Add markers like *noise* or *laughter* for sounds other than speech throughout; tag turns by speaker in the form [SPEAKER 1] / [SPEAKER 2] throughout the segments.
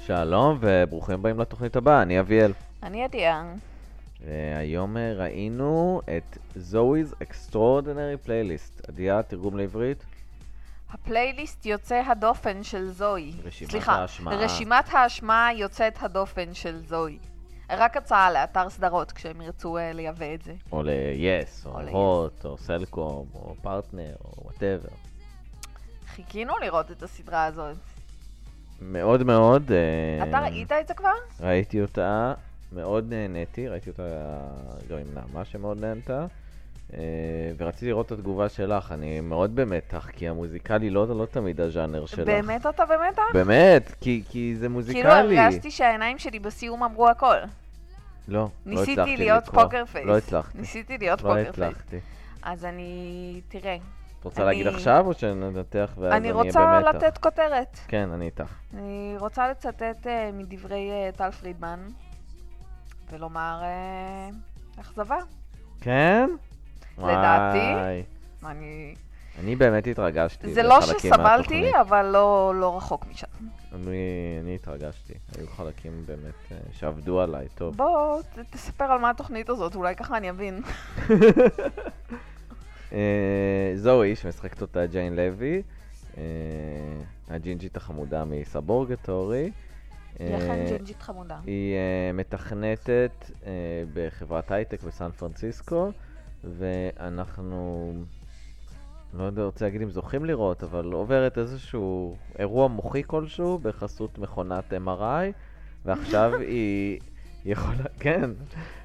[SPEAKER 1] שלום וברוכים הבאים לתוכנית הבאה, אני אביאל.
[SPEAKER 2] אני אדיאר.
[SPEAKER 1] היום אה, ראינו את זוי's Extraordinary Playlist. עדיה, תרגום לעברית?
[SPEAKER 2] הפלייליסט יוצא הדופן של זוהי.
[SPEAKER 1] רשימת
[SPEAKER 2] סליחה,
[SPEAKER 1] ההשמעה.
[SPEAKER 2] רשימת ההשמעה יוצאת הדופן של זוהי. רק הצעה לאתר סדרות כשהם ירצו אה, לייבא את זה.
[SPEAKER 1] או ל-yes, או
[SPEAKER 2] או ל-Yes.
[SPEAKER 1] הוט, או סלקום, או פרטנר, או וואטאבר.
[SPEAKER 2] חיכינו לראות את הסדרה הזאת.
[SPEAKER 1] מאוד מאוד. אה,
[SPEAKER 2] אתה ראית את זה כבר?
[SPEAKER 1] ראיתי אותה, מאוד נהניתי, ראיתי אותה גם עם נעמה שמאוד נהנתה. אה, ורציתי לראות את התגובה שלך, אני מאוד במתח, כי המוזיקלי לא, לא תמיד הז'אנר שלך.
[SPEAKER 2] באמת אתה במתח?
[SPEAKER 1] באמת, כי, כי זה מוזיקלי.
[SPEAKER 2] כאילו הרגשתי שהעיניים שלי בסיום אמרו הכל.
[SPEAKER 1] לא, לא הצלחתי לקרוא.
[SPEAKER 2] ניסיתי להיות פוקר פייס.
[SPEAKER 1] לא הצלחתי.
[SPEAKER 2] ניסיתי להיות
[SPEAKER 1] לא
[SPEAKER 2] פוקר פייס.
[SPEAKER 1] הצלחתי.
[SPEAKER 2] אז אני... תראה,
[SPEAKER 1] את רוצה
[SPEAKER 2] אני-
[SPEAKER 1] להגיד עכשיו או שננתח ואז אני
[SPEAKER 2] אני
[SPEAKER 1] אהיה
[SPEAKER 2] רוצה
[SPEAKER 1] במתח?
[SPEAKER 2] לתת כותרת.
[SPEAKER 1] כן, אני איתך.
[SPEAKER 2] אני רוצה לצטט אה, מדברי אה, טל פרידמן ולומר אה, אכזבה.
[SPEAKER 1] כן?
[SPEAKER 2] לדעתי.
[SPEAKER 1] וואי.
[SPEAKER 2] אני...
[SPEAKER 1] אני באמת התרגשתי.
[SPEAKER 2] זה לא
[SPEAKER 1] בחלקים כאילו, מהתוכנית.
[SPEAKER 2] שסבלתי, אבל לא, לא רחוק משם.
[SPEAKER 1] אני, אני התרגשתי. היו חלקים באמת אה, שעבדו עליי טוב.
[SPEAKER 2] בוא, ת- תספר על מה התוכנית הזאת, אולי ככה אני אבין.
[SPEAKER 1] אה, זוהי, שמשחקת אותה ג'יין לוי, אה, הג'ינג'ית החמודה מסבורגטורי.
[SPEAKER 2] היא אכן
[SPEAKER 1] אה,
[SPEAKER 2] ג'ינג'ית חמודה.
[SPEAKER 1] היא אה, מתכנתת אה, בחברת הייטק בסן פרנסיסקו, ואנחנו, לא יודע, רוצה להגיד אם זוכים לראות, אבל עוברת איזשהו אירוע מוחי כלשהו בחסות מכונת MRI, ועכשיו היא יכולה, כן,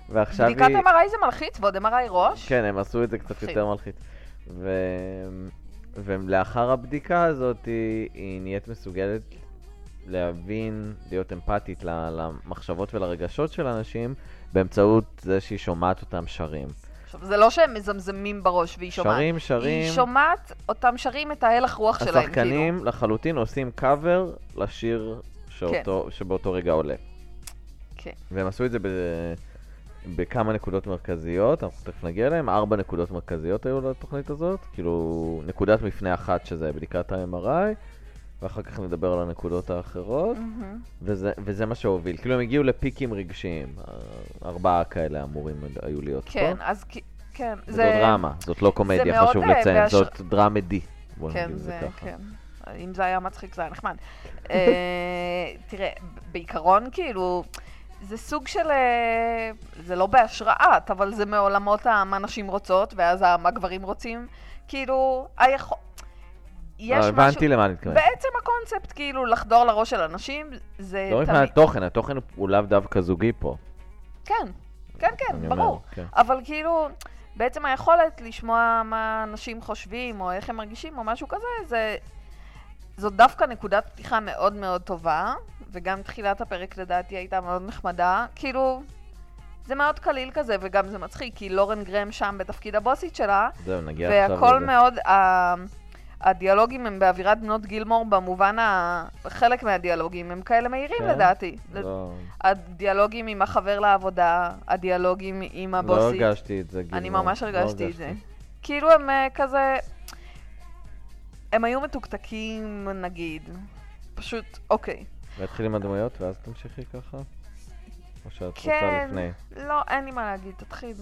[SPEAKER 1] ועכשיו היא...
[SPEAKER 2] בדיקת MRI זה מלחיץ ועוד MRI ראש?
[SPEAKER 1] כן, הם עשו את זה קצת
[SPEAKER 2] מלחיץ.
[SPEAKER 1] יותר מלחיץ. ו... ולאחר הבדיקה הזאת היא, היא נהיית מסוגלת להבין, להיות אמפתית ל- למחשבות ולרגשות של אנשים באמצעות זה שהיא שומעת אותם שרים.
[SPEAKER 2] עכשיו, זה לא שהם מזמזמים בראש והיא שומעת.
[SPEAKER 1] שרים, שרים,
[SPEAKER 2] היא שומעת אותם שרים את ההלך רוח שלהם, כאילו.
[SPEAKER 1] השחקנים לחלוטין עושים קאבר לשיר שאותו, כן. שבאותו רגע עולה.
[SPEAKER 2] כן.
[SPEAKER 1] והם עשו את זה ב... בכמה נקודות מרכזיות, אנחנו תכף נגיע אליהם, ארבע נקודות מרכזיות היו לתוכנית הזאת, כאילו נקודת מפנה אחת שזה בדיקת ה-MRI, ואחר כך נדבר על הנקודות האחרות,
[SPEAKER 2] מהמם.
[SPEAKER 1] וזה, וזה מה שהוביל, כאילו הם הגיעו לפיקים רגשיים, ארבעה כאלה אמורים היו להיות
[SPEAKER 2] כן,
[SPEAKER 1] פה,
[SPEAKER 2] אז כי- כן.
[SPEAKER 1] וזו דרמה, זאת לא קומדיה,
[SPEAKER 2] מאוד,
[SPEAKER 1] חשוב
[SPEAKER 2] אה,
[SPEAKER 1] לציין,
[SPEAKER 2] בהש-
[SPEAKER 1] זאת דרמדי, בוא נגיד
[SPEAKER 2] כן,
[SPEAKER 1] את
[SPEAKER 2] זה,
[SPEAKER 1] זה ככה. כן.
[SPEAKER 2] כן. אם זה היה מצחיק, זה היה נחמד. אה, תראה, ב- בעיקרון, כאילו, זה סוג של... אה, זה לא בהשראת, אבל זה מעולמות ה- מה נשים רוצות, ואז ה- מה גברים רוצים. כאילו, היכול...
[SPEAKER 1] אה,
[SPEAKER 2] יש משהו...
[SPEAKER 1] הבנתי למה אני מתכוון.
[SPEAKER 2] בעצם הקונספט, כאילו, לחדור לראש של אנשים, זה
[SPEAKER 1] לא רק
[SPEAKER 2] תמיד...
[SPEAKER 1] מהתוכן, התוכן הוא לאו דווקא זוגי פה.
[SPEAKER 2] כן, כן,
[SPEAKER 1] אני
[SPEAKER 2] כן,
[SPEAKER 1] אומר,
[SPEAKER 2] ברור.
[SPEAKER 1] כן.
[SPEAKER 2] אבל כאילו, בעצם היכולת לשמוע מה אנשים חושבים, או איך הם מרגישים, או משהו כזה, זה... זו דווקא נקודת פתיחה מאוד מאוד טובה, וגם תחילת הפרק לדעתי הייתה מאוד נחמדה. כאילו, זה מאוד קליל כזה, וגם זה מצחיק, כי לורן גרם שם בתפקיד הבוסית שלה,
[SPEAKER 1] זהו, נגיע עכשיו לזה.
[SPEAKER 2] והכל מאוד... ה... הדיאלוגים הם באווירת בנות גילמור במובן ה... חלק מהדיאלוגים הם כאלה מהירים
[SPEAKER 1] כן?
[SPEAKER 2] לדעתי.
[SPEAKER 1] לא-
[SPEAKER 2] הדיאלוגים עם החבר לעבודה, הדיאלוגים עם
[SPEAKER 1] לא
[SPEAKER 2] הבוסית.
[SPEAKER 1] הרגשתי את זה, גילמור.
[SPEAKER 2] אני ממש
[SPEAKER 1] לא
[SPEAKER 2] הרגשתי את זה. כאילו הם אה, כזה... הם היו מתוקתקים, נגיד. פשוט, אוקיי.
[SPEAKER 1] להתחיל עם הדמויות ואז תמשיכי ככה? או שאת רוצה
[SPEAKER 2] כן.
[SPEAKER 1] לפני?
[SPEAKER 2] לא, אין לי מה להגיד, תתחיל.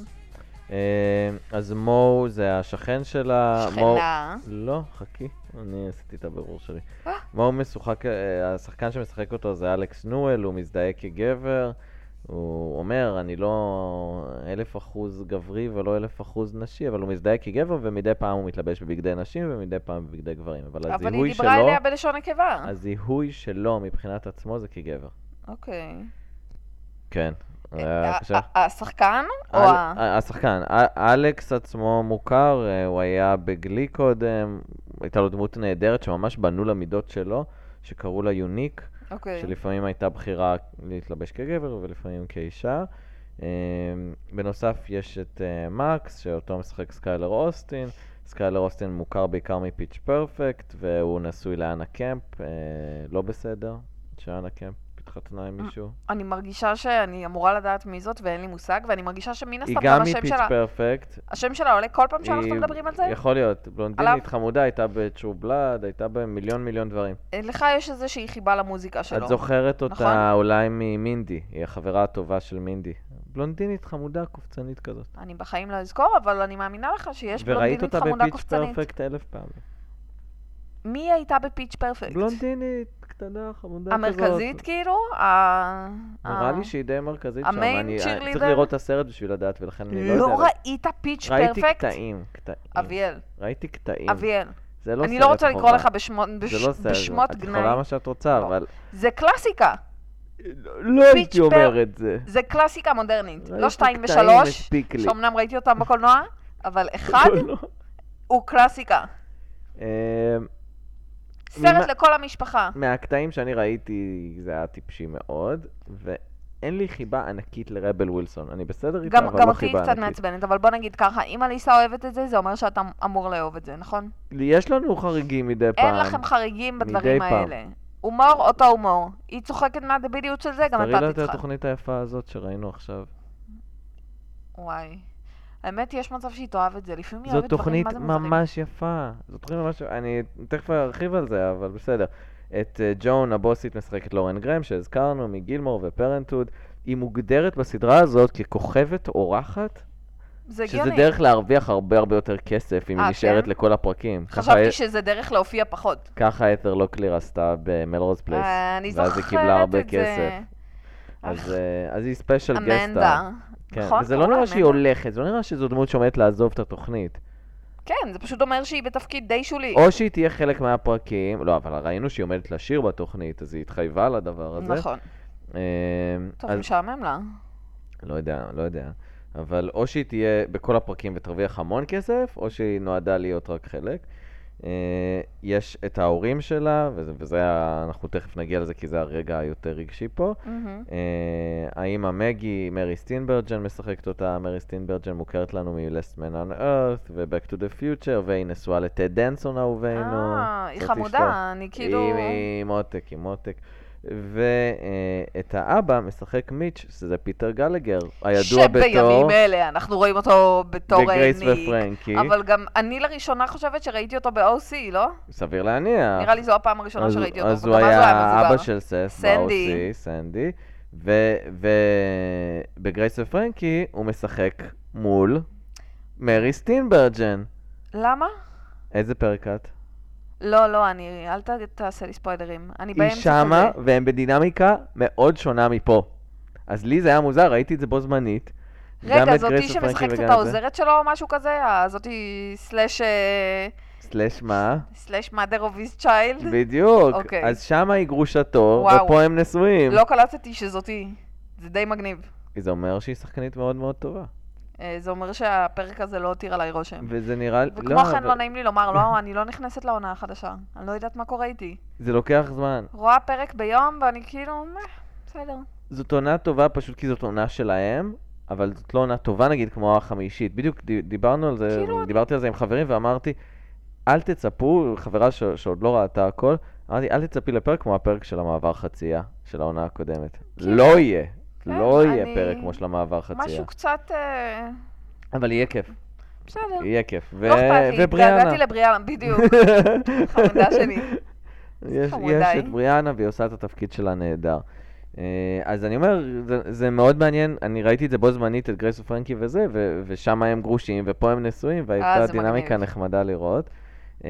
[SPEAKER 1] אה, אז מו זה השכן שלה. מו-
[SPEAKER 2] שכנה.
[SPEAKER 1] לא, חכי, אני עשיתי את הבירור שלי.
[SPEAKER 2] אה.
[SPEAKER 1] מו משוחק, אה, השחקן שמשחק אותו זה אלכס נואל, הוא מזדהה כגבר. הוא אומר, אני לא אלף אחוז גברי ולא אלף אחוז נשי, אבל הוא מזדהה כגבר, ומדי פעם הוא מתלבש בבגדי נשים ומדי פעם בבגדי גברים. אבל
[SPEAKER 2] אבל
[SPEAKER 1] הזיהוי
[SPEAKER 2] היא
[SPEAKER 1] שלו...
[SPEAKER 2] דיברה אליה בלשון נקבה.
[SPEAKER 1] הזיהוי שלו מבחינת עצמו זה כגבר.
[SPEAKER 2] אוקיי.
[SPEAKER 1] כן.
[SPEAKER 2] ה-
[SPEAKER 1] היה קשה.
[SPEAKER 2] ה- השחקן? או
[SPEAKER 1] אל-
[SPEAKER 2] ה...
[SPEAKER 1] א- השחקן, א- אלכס עצמו מוכר, אה, הוא היה בגלי קודם, הייתה לו דמות נהדרת שממש בנו למידות שלו, שקראו לה יוניק,
[SPEAKER 2] אוקיי.
[SPEAKER 1] שלפעמים הייתה בחירה להתלבש כגבר ולפעמים כאישה. אה, בנוסף יש את אה, מקס, שאותו משחק סקיילר אוסטין. סקיילר אוסטין מוכר בעיקר מפיץ' פרפקט, והוא נשוי לאנה קמפ, אה, לא בסדר, שאנה קמפ שהתחתנה עם מישהו?
[SPEAKER 2] אני מרגישה שאני אמורה לדעת מי זאת ואין לי מושג, ואני מרגישה שמן
[SPEAKER 1] היא
[SPEAKER 2] הסתם
[SPEAKER 1] גם
[SPEAKER 2] גם השם
[SPEAKER 1] מפיץ'
[SPEAKER 2] שלה,
[SPEAKER 1] פרפקט.
[SPEAKER 2] השם שלה עולה כל פעם שאנחנו
[SPEAKER 1] היא-
[SPEAKER 2] מדברים על זה.
[SPEAKER 1] יכול להיות. בלונדינית
[SPEAKER 2] עליו-
[SPEAKER 1] חמודה, הייתה בטרו בלאד, הייתה במיליון מיליון דברים.
[SPEAKER 2] לך יש איזושהי חיבה למוזיקה שלו.
[SPEAKER 1] את זוכרת
[SPEAKER 2] נכון.
[SPEAKER 1] אותה אולי ממינדי, היא החברה הטובה של מינדי. בלונדינית חמודה, קופצנית כזאת.
[SPEAKER 2] אני בחיים לא אזכור, אבל אני מאמינה לך שיש
[SPEAKER 1] וראית
[SPEAKER 2] בלונדינית
[SPEAKER 1] אותה
[SPEAKER 2] חמודה
[SPEAKER 1] בפיץ'
[SPEAKER 2] קופצנית.
[SPEAKER 1] פרפקט אלף פעמים.
[SPEAKER 2] מי הייתה בפיץ' פרפקט?
[SPEAKER 1] בלונדינית, קטנה, חמודה כזאת.
[SPEAKER 2] אה, המרכזית כאילו? ה-
[SPEAKER 1] נראה
[SPEAKER 2] ה-
[SPEAKER 1] לי שהיא די מרכזית שם.
[SPEAKER 2] המיין
[SPEAKER 1] אני אני צריך
[SPEAKER 2] cheerleader?
[SPEAKER 1] לראות את הסרט בשביל לדעת, ולכן אני לא יודע.
[SPEAKER 2] לא
[SPEAKER 1] אבל-
[SPEAKER 2] ראית פיץ'
[SPEAKER 1] ראיתי
[SPEAKER 2] פרפקט?
[SPEAKER 1] קטעים, קטעים.
[SPEAKER 2] אביאל,
[SPEAKER 1] ראיתי קטעים.
[SPEAKER 2] אביאל.
[SPEAKER 1] זה לא
[SPEAKER 2] אני
[SPEAKER 1] סרט
[SPEAKER 2] לא רוצה לקרוא
[SPEAKER 1] חובה.
[SPEAKER 2] לך בשמות-
[SPEAKER 1] זה
[SPEAKER 2] בש-
[SPEAKER 1] לא סרט
[SPEAKER 2] בשמות
[SPEAKER 1] חובה. את יכולה
[SPEAKER 2] גנאי.
[SPEAKER 1] מה שאת רוצה,
[SPEAKER 2] לא.
[SPEAKER 1] אבל...
[SPEAKER 2] זה קלאסיקה.
[SPEAKER 1] לא הייתי
[SPEAKER 2] פר-
[SPEAKER 1] אומר את זה.
[SPEAKER 2] זה קלאסיקה מודרנית.
[SPEAKER 1] ראיתי
[SPEAKER 2] לא שתיים
[SPEAKER 1] קטעים,
[SPEAKER 2] ושלוש,
[SPEAKER 1] הספיק לי.
[SPEAKER 2] שאומנם ראיתי אותם בקולנוע, אבל
[SPEAKER 1] *laughs*
[SPEAKER 2] אחד
[SPEAKER 1] לא.
[SPEAKER 2] הוא קלאסיקה.
[SPEAKER 1] אה,
[SPEAKER 2] סרט
[SPEAKER 1] ממה-
[SPEAKER 2] לכל המשפחה.
[SPEAKER 1] מהקטעים שאני ראיתי זה היה טיפשי מאוד, ואין לי חיבה ענקית לרבל ווילסון. אני בסדר איתה,
[SPEAKER 2] גם,
[SPEAKER 1] אבל
[SPEAKER 2] גם
[SPEAKER 1] לא
[SPEAKER 2] אותי היא
[SPEAKER 1] חיבה
[SPEAKER 2] קצת
[SPEAKER 1] ענקית.
[SPEAKER 2] מעצבנת, אבל בוא נגיד ככה, אם אליסה אוהבת את זה, זה אומר שאתה אמ- אמור לאהוב את זה, נכון?
[SPEAKER 1] יש לנו חריגים מדי פעם.
[SPEAKER 2] אין לכם חריגים
[SPEAKER 1] מדי
[SPEAKER 2] בדברים
[SPEAKER 1] פעם.
[SPEAKER 2] האלה. הומור, אותו הומור. היא צוחקת מהדביליות של זה, גם
[SPEAKER 1] תראי לה
[SPEAKER 2] אתה
[SPEAKER 1] את
[SPEAKER 2] תצחק.
[SPEAKER 1] התוכנית היפה הזאת שראינו עכשיו.
[SPEAKER 2] וואי. האמת, יש מצב שהיא תאהב את זה. לפעמים היא
[SPEAKER 1] זו
[SPEAKER 2] אוהבת דברים,
[SPEAKER 1] תוכנית
[SPEAKER 2] מה זה מוזרים.
[SPEAKER 1] ממש יפה. זו תוכנית ממש... אני תכף ארחיב על זה, אבל בסדר. את אה, ג'ון הבוסית משחקת לורן גרם, שהזכרנו, מגילמור ופרנטוד. היא מוגדרת בסדרה הזאת ככוכבת אורחת,
[SPEAKER 2] זה
[SPEAKER 1] שזה
[SPEAKER 2] הגיוני.
[SPEAKER 1] דרך להרוויח הרבה הרבה יותר כסף אם
[SPEAKER 2] אה,
[SPEAKER 1] היא נשארת
[SPEAKER 2] כן?
[SPEAKER 1] לכל הפרקים. ככה
[SPEAKER 2] חשבתי
[SPEAKER 1] א-
[SPEAKER 2] שזה דרך להופיע פחות.
[SPEAKER 1] ככה אתר לוקליר עשתה במלרוז פלייס.
[SPEAKER 2] אה, אני
[SPEAKER 1] ואז
[SPEAKER 2] זוכרת את זה.
[SPEAKER 1] היא קיבלה הרבה כסף.
[SPEAKER 2] אך,
[SPEAKER 1] אז אה, אז היא ספיישל גסטה.
[SPEAKER 2] אמנדה. נכון,
[SPEAKER 1] וזה לא
[SPEAKER 2] קוראים לה
[SPEAKER 1] נראה שהיא
[SPEAKER 2] אמנדה.
[SPEAKER 1] הולכת, זה לא נראה שזו דמות שעומדת לעזוב את התוכנית.
[SPEAKER 2] כן, זה פשוט אומר שהיא בתפקיד די שולי.
[SPEAKER 1] או שהיא תהיה חלק מהפרקים, לא, אבל ראינו שהיא עומדת לשיר בתוכנית, אז היא התחייבה לדבר הזה.
[SPEAKER 2] נכון.
[SPEAKER 1] אה,
[SPEAKER 2] טוב,
[SPEAKER 1] אז
[SPEAKER 2] משעמם לה.
[SPEAKER 1] לא יודע, לא יודע. אבל או שהיא תהיה בכל הפרקים ותרוויח המון כסף, או שהיא נועדה להיות רק חלק. אה, יש את ההורים שלה, וזה, וזה ה- אנחנו תכף נגיע לזה כי זה הרגע היותר רגשי פה.
[SPEAKER 2] מהמם.
[SPEAKER 1] אה, האימא מגי, מרי סטינברג'ן משחקת אותה, מרי סטינברג'ן מוכרת לנו מ-Last Man on Earth ו-Back to the Future, והיא נשואה לטד דנסון אהובנו.
[SPEAKER 2] אה, היא
[SPEAKER 1] זאת אשתו.
[SPEAKER 2] חמודה, אני כאילו...
[SPEAKER 1] עם, עם מותק, עם מותק. ואת האבא משחק מיץ', שזה פיטר גלגר, הידוע בתור
[SPEAKER 2] שבימים אלה אנחנו רואים אותו בתור
[SPEAKER 1] בגרייס
[SPEAKER 2] ניק.
[SPEAKER 1] ופרנקי.
[SPEAKER 2] אה, אבל גם אני לראשונה חושבת שראיתי אותו ב-OC, לא?
[SPEAKER 1] סביר להניח.
[SPEAKER 2] נראה לי זו הפעם הראשונה
[SPEAKER 1] אה. אז-
[SPEAKER 2] שראיתי אותו.
[SPEAKER 1] אז
[SPEAKER 2] וגם
[SPEAKER 1] הוא היה
[SPEAKER 2] מבוגר.
[SPEAKER 1] אבא של סס,
[SPEAKER 2] סנדי.
[SPEAKER 1] ב-OC, סנדי. ובגרייס ופרנקי הוא משחק מול מרי סטינברג'ן.
[SPEAKER 2] למה?
[SPEAKER 1] איזה פרק את?
[SPEAKER 2] לא, לא, אני... אל ת- תעשה לי ספוילרים. אני
[SPEAKER 1] היא
[SPEAKER 2] באמצע של
[SPEAKER 1] שמה,
[SPEAKER 2] זה.
[SPEAKER 1] והם בדינמיקה מאוד שונה מפה. אז לי זה היה מוזר, ראיתי את זה בו זמנית. גם
[SPEAKER 2] רגע,
[SPEAKER 1] את
[SPEAKER 2] זאתי
[SPEAKER 1] גרייס ופרנקי
[SPEAKER 2] שמשחקת
[SPEAKER 1] וגם
[SPEAKER 2] את
[SPEAKER 1] את זה.
[SPEAKER 2] העוזרת שלו או משהו כזה? ה- זאתי סלאש... אה,
[SPEAKER 1] סלאש
[SPEAKER 2] *laughs*
[SPEAKER 1] מה?
[SPEAKER 2] סלאש mother of his child?
[SPEAKER 1] בדיוק.
[SPEAKER 2] אוקיי.
[SPEAKER 1] אז שמה היא גרושתו,
[SPEAKER 2] וואו.
[SPEAKER 1] ופה הם נשואים.
[SPEAKER 2] לא קלטתי שזאתי. זה די מגניב.
[SPEAKER 1] זה אומר שהיא שחקנית מאוד מאוד טובה.
[SPEAKER 2] אה, זה אומר שהפרק הזה לא הותיר עליי רושם.
[SPEAKER 1] וזה נראה...
[SPEAKER 2] וכמו כן,
[SPEAKER 1] אבל-
[SPEAKER 2] לא נעים לי לומר, לא, אני לא נכנסת לעונה החדשה. אני לא יודעת מה קורה איתי.
[SPEAKER 1] זה לוקח זמן.
[SPEAKER 2] רואה פרק ביום, ואני כאילו, "מה, בסדר.
[SPEAKER 1] זאת עונה טובה פשוט כי זאת עונה שלהם, אבל זאת לא עונה טובה נגיד כמו החמישית. בדיוק ד- דיברנו על זה,
[SPEAKER 2] כאילו-
[SPEAKER 1] דיברתי על זה עם חברים ואמרתי, אל תצפו, חברה ש- שעוד לא ראתה הכל, אמרתי, אל תצפי לפרק כמו הפרק של המעבר חצייה, של העונה הקודמת.
[SPEAKER 2] כאילו-
[SPEAKER 1] לא יהיה.
[SPEAKER 2] כן,
[SPEAKER 1] לא יהיה
[SPEAKER 2] אני-
[SPEAKER 1] פרק כמו של המעבר חצייה.
[SPEAKER 2] משהו קצת... אה,
[SPEAKER 1] אבל יהיה כיף,
[SPEAKER 2] בסדר.
[SPEAKER 1] יהיה כיף. ו-
[SPEAKER 2] לא אכפת לי, התגעגעתי לבריאנה, בדיוק.
[SPEAKER 1] *laughs*
[SPEAKER 2] חמודה שלי. אה?
[SPEAKER 1] יש, יש
[SPEAKER 2] חמודיי.
[SPEAKER 1] את בריאנה והיא עושה את התפקיד שלה נהדר. אה, אז אני אומר, זה, זה מאוד מעניין, אני ראיתי את זה בו זמנית, את גרייס ופרנקי וזה, ו, ושם הם גרושים, ופה הם נשואים, והייתה
[SPEAKER 2] אה, זה
[SPEAKER 1] דינמיקה
[SPEAKER 2] מגניב.
[SPEAKER 1] נחמדה לראות. אה,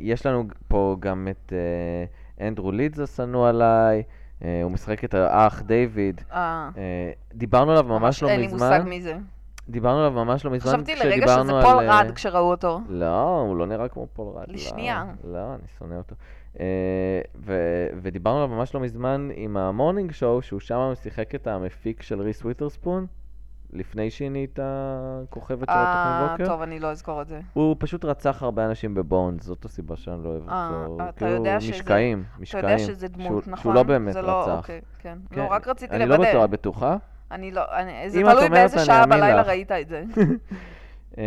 [SPEAKER 1] יש לנו פה גם את אה, אנדרו לידס השנוא עליי, אה, הוא משחק את האח דיוויד.
[SPEAKER 2] אה,
[SPEAKER 1] אה, דיברנו עליו ממש לא
[SPEAKER 2] אין לי
[SPEAKER 1] מזמן,
[SPEAKER 2] מושג מי זה.
[SPEAKER 1] דיברנו עליו ממש לא מזמן,
[SPEAKER 2] חשבתי
[SPEAKER 1] כשדיברנו על...
[SPEAKER 2] לרגע שזה פול
[SPEAKER 1] אה,
[SPEAKER 2] רד כשראו אותו.
[SPEAKER 1] לא, הוא לא נראה כמו פול רד.
[SPEAKER 2] לשנייה.
[SPEAKER 1] לא, לא, אני שונא אותו. אה, ו- ודיברנו עליו ממש לא מזמן עם המורנינג שואו, שהוא שם שיחק את המפיק של ריס וויטרספון, לפני שהיא נהייתה כוכבת של
[SPEAKER 2] אה,
[SPEAKER 1] התוכנית בוקר.
[SPEAKER 2] טוב, אני לא אזכור את זה.
[SPEAKER 1] הוא פשוט רצח הרבה אנשים בבונדס, זאת הסיבה שאני לא אוהב
[SPEAKER 2] אה,
[SPEAKER 1] אותו. הוא
[SPEAKER 2] אתה
[SPEAKER 1] כאילו
[SPEAKER 2] יודע שזה-
[SPEAKER 1] משקעים,
[SPEAKER 2] אתה
[SPEAKER 1] משקעים.
[SPEAKER 2] יודע שזה דמות,
[SPEAKER 1] שהוא-
[SPEAKER 2] נכון?
[SPEAKER 1] שהוא לא באמת
[SPEAKER 2] זה לא-
[SPEAKER 1] רצח.
[SPEAKER 2] אוקיי, כן.
[SPEAKER 1] כן,
[SPEAKER 2] לא, רק רציתי
[SPEAKER 1] אני לא בטוחה,
[SPEAKER 2] לוודא.
[SPEAKER 1] את בטוחה.
[SPEAKER 2] אני לא, אני- זה
[SPEAKER 1] אם את
[SPEAKER 2] תלוי
[SPEAKER 1] אומרת,
[SPEAKER 2] באיזה
[SPEAKER 1] אני
[SPEAKER 2] שעה
[SPEAKER 1] אאמין
[SPEAKER 2] בלילה
[SPEAKER 1] לך.
[SPEAKER 2] ראית את זה.
[SPEAKER 1] אמ,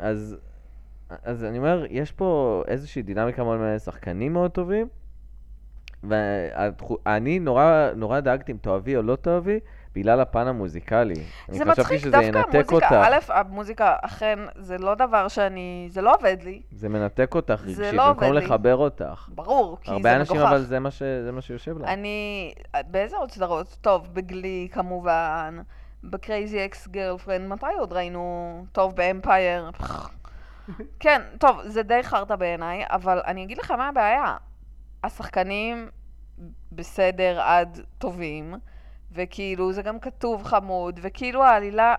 [SPEAKER 1] אז, אז אני אומר, יש פה איזושהי דינמיקה מאוד מעניינת, שחקנים מאוד טובים, והתחו- אני נורא, נורא דאגתי אם תאהבי או לא תאהבי, בגלל הפן המוזיקלי.
[SPEAKER 2] זה
[SPEAKER 1] אני חשבתי
[SPEAKER 2] מצחיק,
[SPEAKER 1] שזה
[SPEAKER 2] דווקא
[SPEAKER 1] ינתק
[SPEAKER 2] המוזיקה,
[SPEAKER 1] אותך.
[SPEAKER 2] א', המוזיקה אכן, זה לא דבר שאני, זה לא עובד לי,
[SPEAKER 1] זה מנתק אותך
[SPEAKER 2] זה
[SPEAKER 1] רגשית,
[SPEAKER 2] לא
[SPEAKER 1] במקום
[SPEAKER 2] עובד לי.
[SPEAKER 1] לחבר אותך.
[SPEAKER 2] ברור, כי זה מגוחך.
[SPEAKER 1] הרבה אנשים, אבל זה מה ש- זה מה שיושב להם.
[SPEAKER 2] אני, באיזה עוד סדרות? טוב, בגלי כמובן, בקרייזי אקס גרלפרנד, מתי עוד ראינו? טוב, באמפייר.
[SPEAKER 1] *laughs*
[SPEAKER 2] כן, טוב, זה די חרטא בעיניי, אבל אני אגיד לך מה הבעיה. השחקנים בסדר עד טובים, וכאילו זה גם כתוב חמוד, וכאילו העלילה,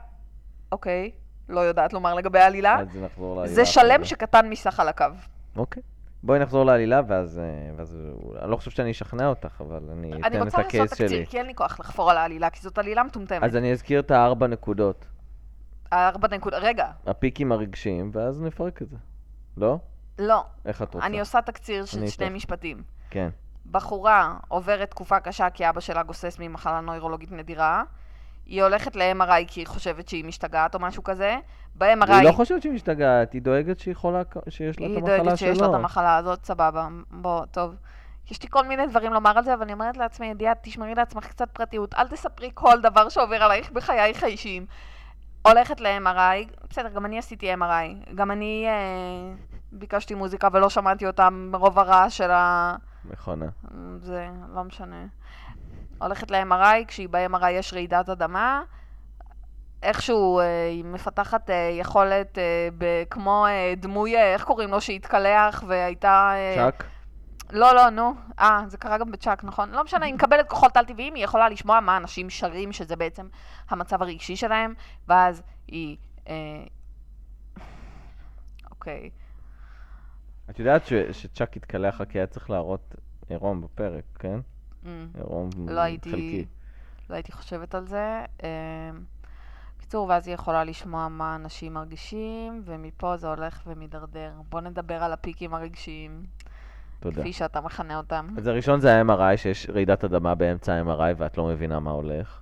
[SPEAKER 2] אוקיי, לא יודעת לומר לגבי העלילה,
[SPEAKER 1] אז נחזור לעלילה.
[SPEAKER 2] לא- זה שלם
[SPEAKER 1] אחרי
[SPEAKER 2] שקטן מסך על הקו.
[SPEAKER 1] אוקיי. בואי נחזור לעלילה, ואז... אה, ואז- אני לא חושב שאני אשכנע אותך, אבל אני
[SPEAKER 2] אני
[SPEAKER 1] אתן את
[SPEAKER 2] רוצה לעשות
[SPEAKER 1] הקייס שלי.
[SPEAKER 2] תקציר, כי אין לי כוח לחפור על העלילה, כי זאת עלילה מטומטמת.
[SPEAKER 1] אז אני אזכיר את הארבע נקודות.
[SPEAKER 2] ארבע נקודות, רגע,
[SPEAKER 1] הפיקים הרגשיים, ואז נפרק את זה. לא?
[SPEAKER 2] לא,
[SPEAKER 1] איך את רוצה?
[SPEAKER 2] אני עושה תקציר של
[SPEAKER 1] אני
[SPEAKER 2] שני
[SPEAKER 1] איתך.
[SPEAKER 2] משפטים.
[SPEAKER 1] כן.
[SPEAKER 2] בחורה עוברת תקופה קשה כי אבא שלה גוסס ממחלה נוירולוגית נדירה. היא הולכת ל-MRI כי היא חושבת שהיא משתגעת או משהו כזה.
[SPEAKER 1] היא לא
[SPEAKER 2] ב-MRI
[SPEAKER 1] חושבת שהיא משתגעת, היא דואגת שהיא חולה, כ- שיש לה את
[SPEAKER 2] היא
[SPEAKER 1] המחלה שלו.
[SPEAKER 2] דואגת שיש לה את המחלה הזאת, סבבה, בוא, טוב. יש לי כל מיני דברים לומר על זה, אבל אני אומרת לעצמי, ידיעת, תשמרי לעצמך קצת פרטיות, אל תספרי כל דבר שעובר עלייך בחייך האישיים. הולכת ל-MRI, בסדר, גם אני עשיתי MRI. גם אני אה, ביקשתי מוזיקה ולא שמעתי אותה מרוב הרעש של ה...
[SPEAKER 1] מכונה.
[SPEAKER 2] זה לא משנה. הולכת ל-MRI, כשהיא ב-MRI יש רעידת אדמה, איכשהו אה, היא מפתחת אה, יכולת אה, ב- כמו אה, דמוי, אה, איך קוראים לו, שהתקלח והייתה... אה,
[SPEAKER 1] צ'אק?
[SPEAKER 2] לא, לא, נו. אה, זה קרה גם בצ'אק, נכון? לא משנה, היא מקבלת כוחות על-טבעיים, היא יכולה לשמוע מה אנשים שרים, שזה בעצם המצב הרגשי שלהם, ואז היא... אה, אוקיי.
[SPEAKER 1] את יודעת ש- שצ'אק התקלח רק כי היה צריך להראות עירום בפרק, כן?
[SPEAKER 2] אמ.
[SPEAKER 1] עירום
[SPEAKER 2] לא הייתי-
[SPEAKER 1] חלקי.
[SPEAKER 2] לא הייתי חושבת על זה. אמ, בקיצור, ואז היא יכולה לשמוע מה אנשים מרגישים, ומפה זה הולך ומידרדר. בוא נדבר על הפיקים הרגשיים,
[SPEAKER 1] תודה.
[SPEAKER 2] כפי שאתה מכנה אותם.
[SPEAKER 1] אז הראשון זה ה-MRI, שיש רעידת אדמה באמצע ה-MRI ואת לא מבינה מה הולך.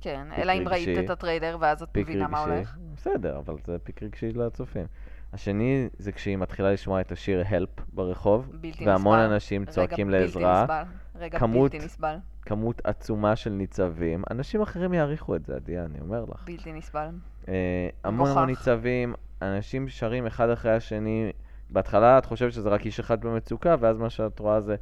[SPEAKER 2] כן,
[SPEAKER 1] פיק
[SPEAKER 2] אלא אם ראית
[SPEAKER 1] רגשי.
[SPEAKER 2] את הטריילר, ואז את
[SPEAKER 1] פיק
[SPEAKER 2] מבינה מה
[SPEAKER 1] רגשי.
[SPEAKER 2] הולך.
[SPEAKER 1] בסדר, אבל זה פיק רגשי לצופים. השני זה כשהיא מתחילה לשמוע את השיר Help ברחוב,
[SPEAKER 2] בלתי נסבל.
[SPEAKER 1] והמון אנשים צועקים
[SPEAKER 2] רגע,
[SPEAKER 1] לעזרה.
[SPEAKER 2] בלתי נסבל. רגע,
[SPEAKER 1] כמות-
[SPEAKER 2] בלתי נסבל.
[SPEAKER 1] כמות עצומה של ניצבים. אנשים אחרים יעריכו את זה, עדיה, אני אומר לך.
[SPEAKER 2] בלתי נסבל.
[SPEAKER 1] אה, המון
[SPEAKER 2] מוכח.
[SPEAKER 1] המון ניצבים, אנשים שרים אחד אחרי השני. בהתחלה את חושבת שזה רק איש אחד במצוקה, ואז מה שאת רואה זה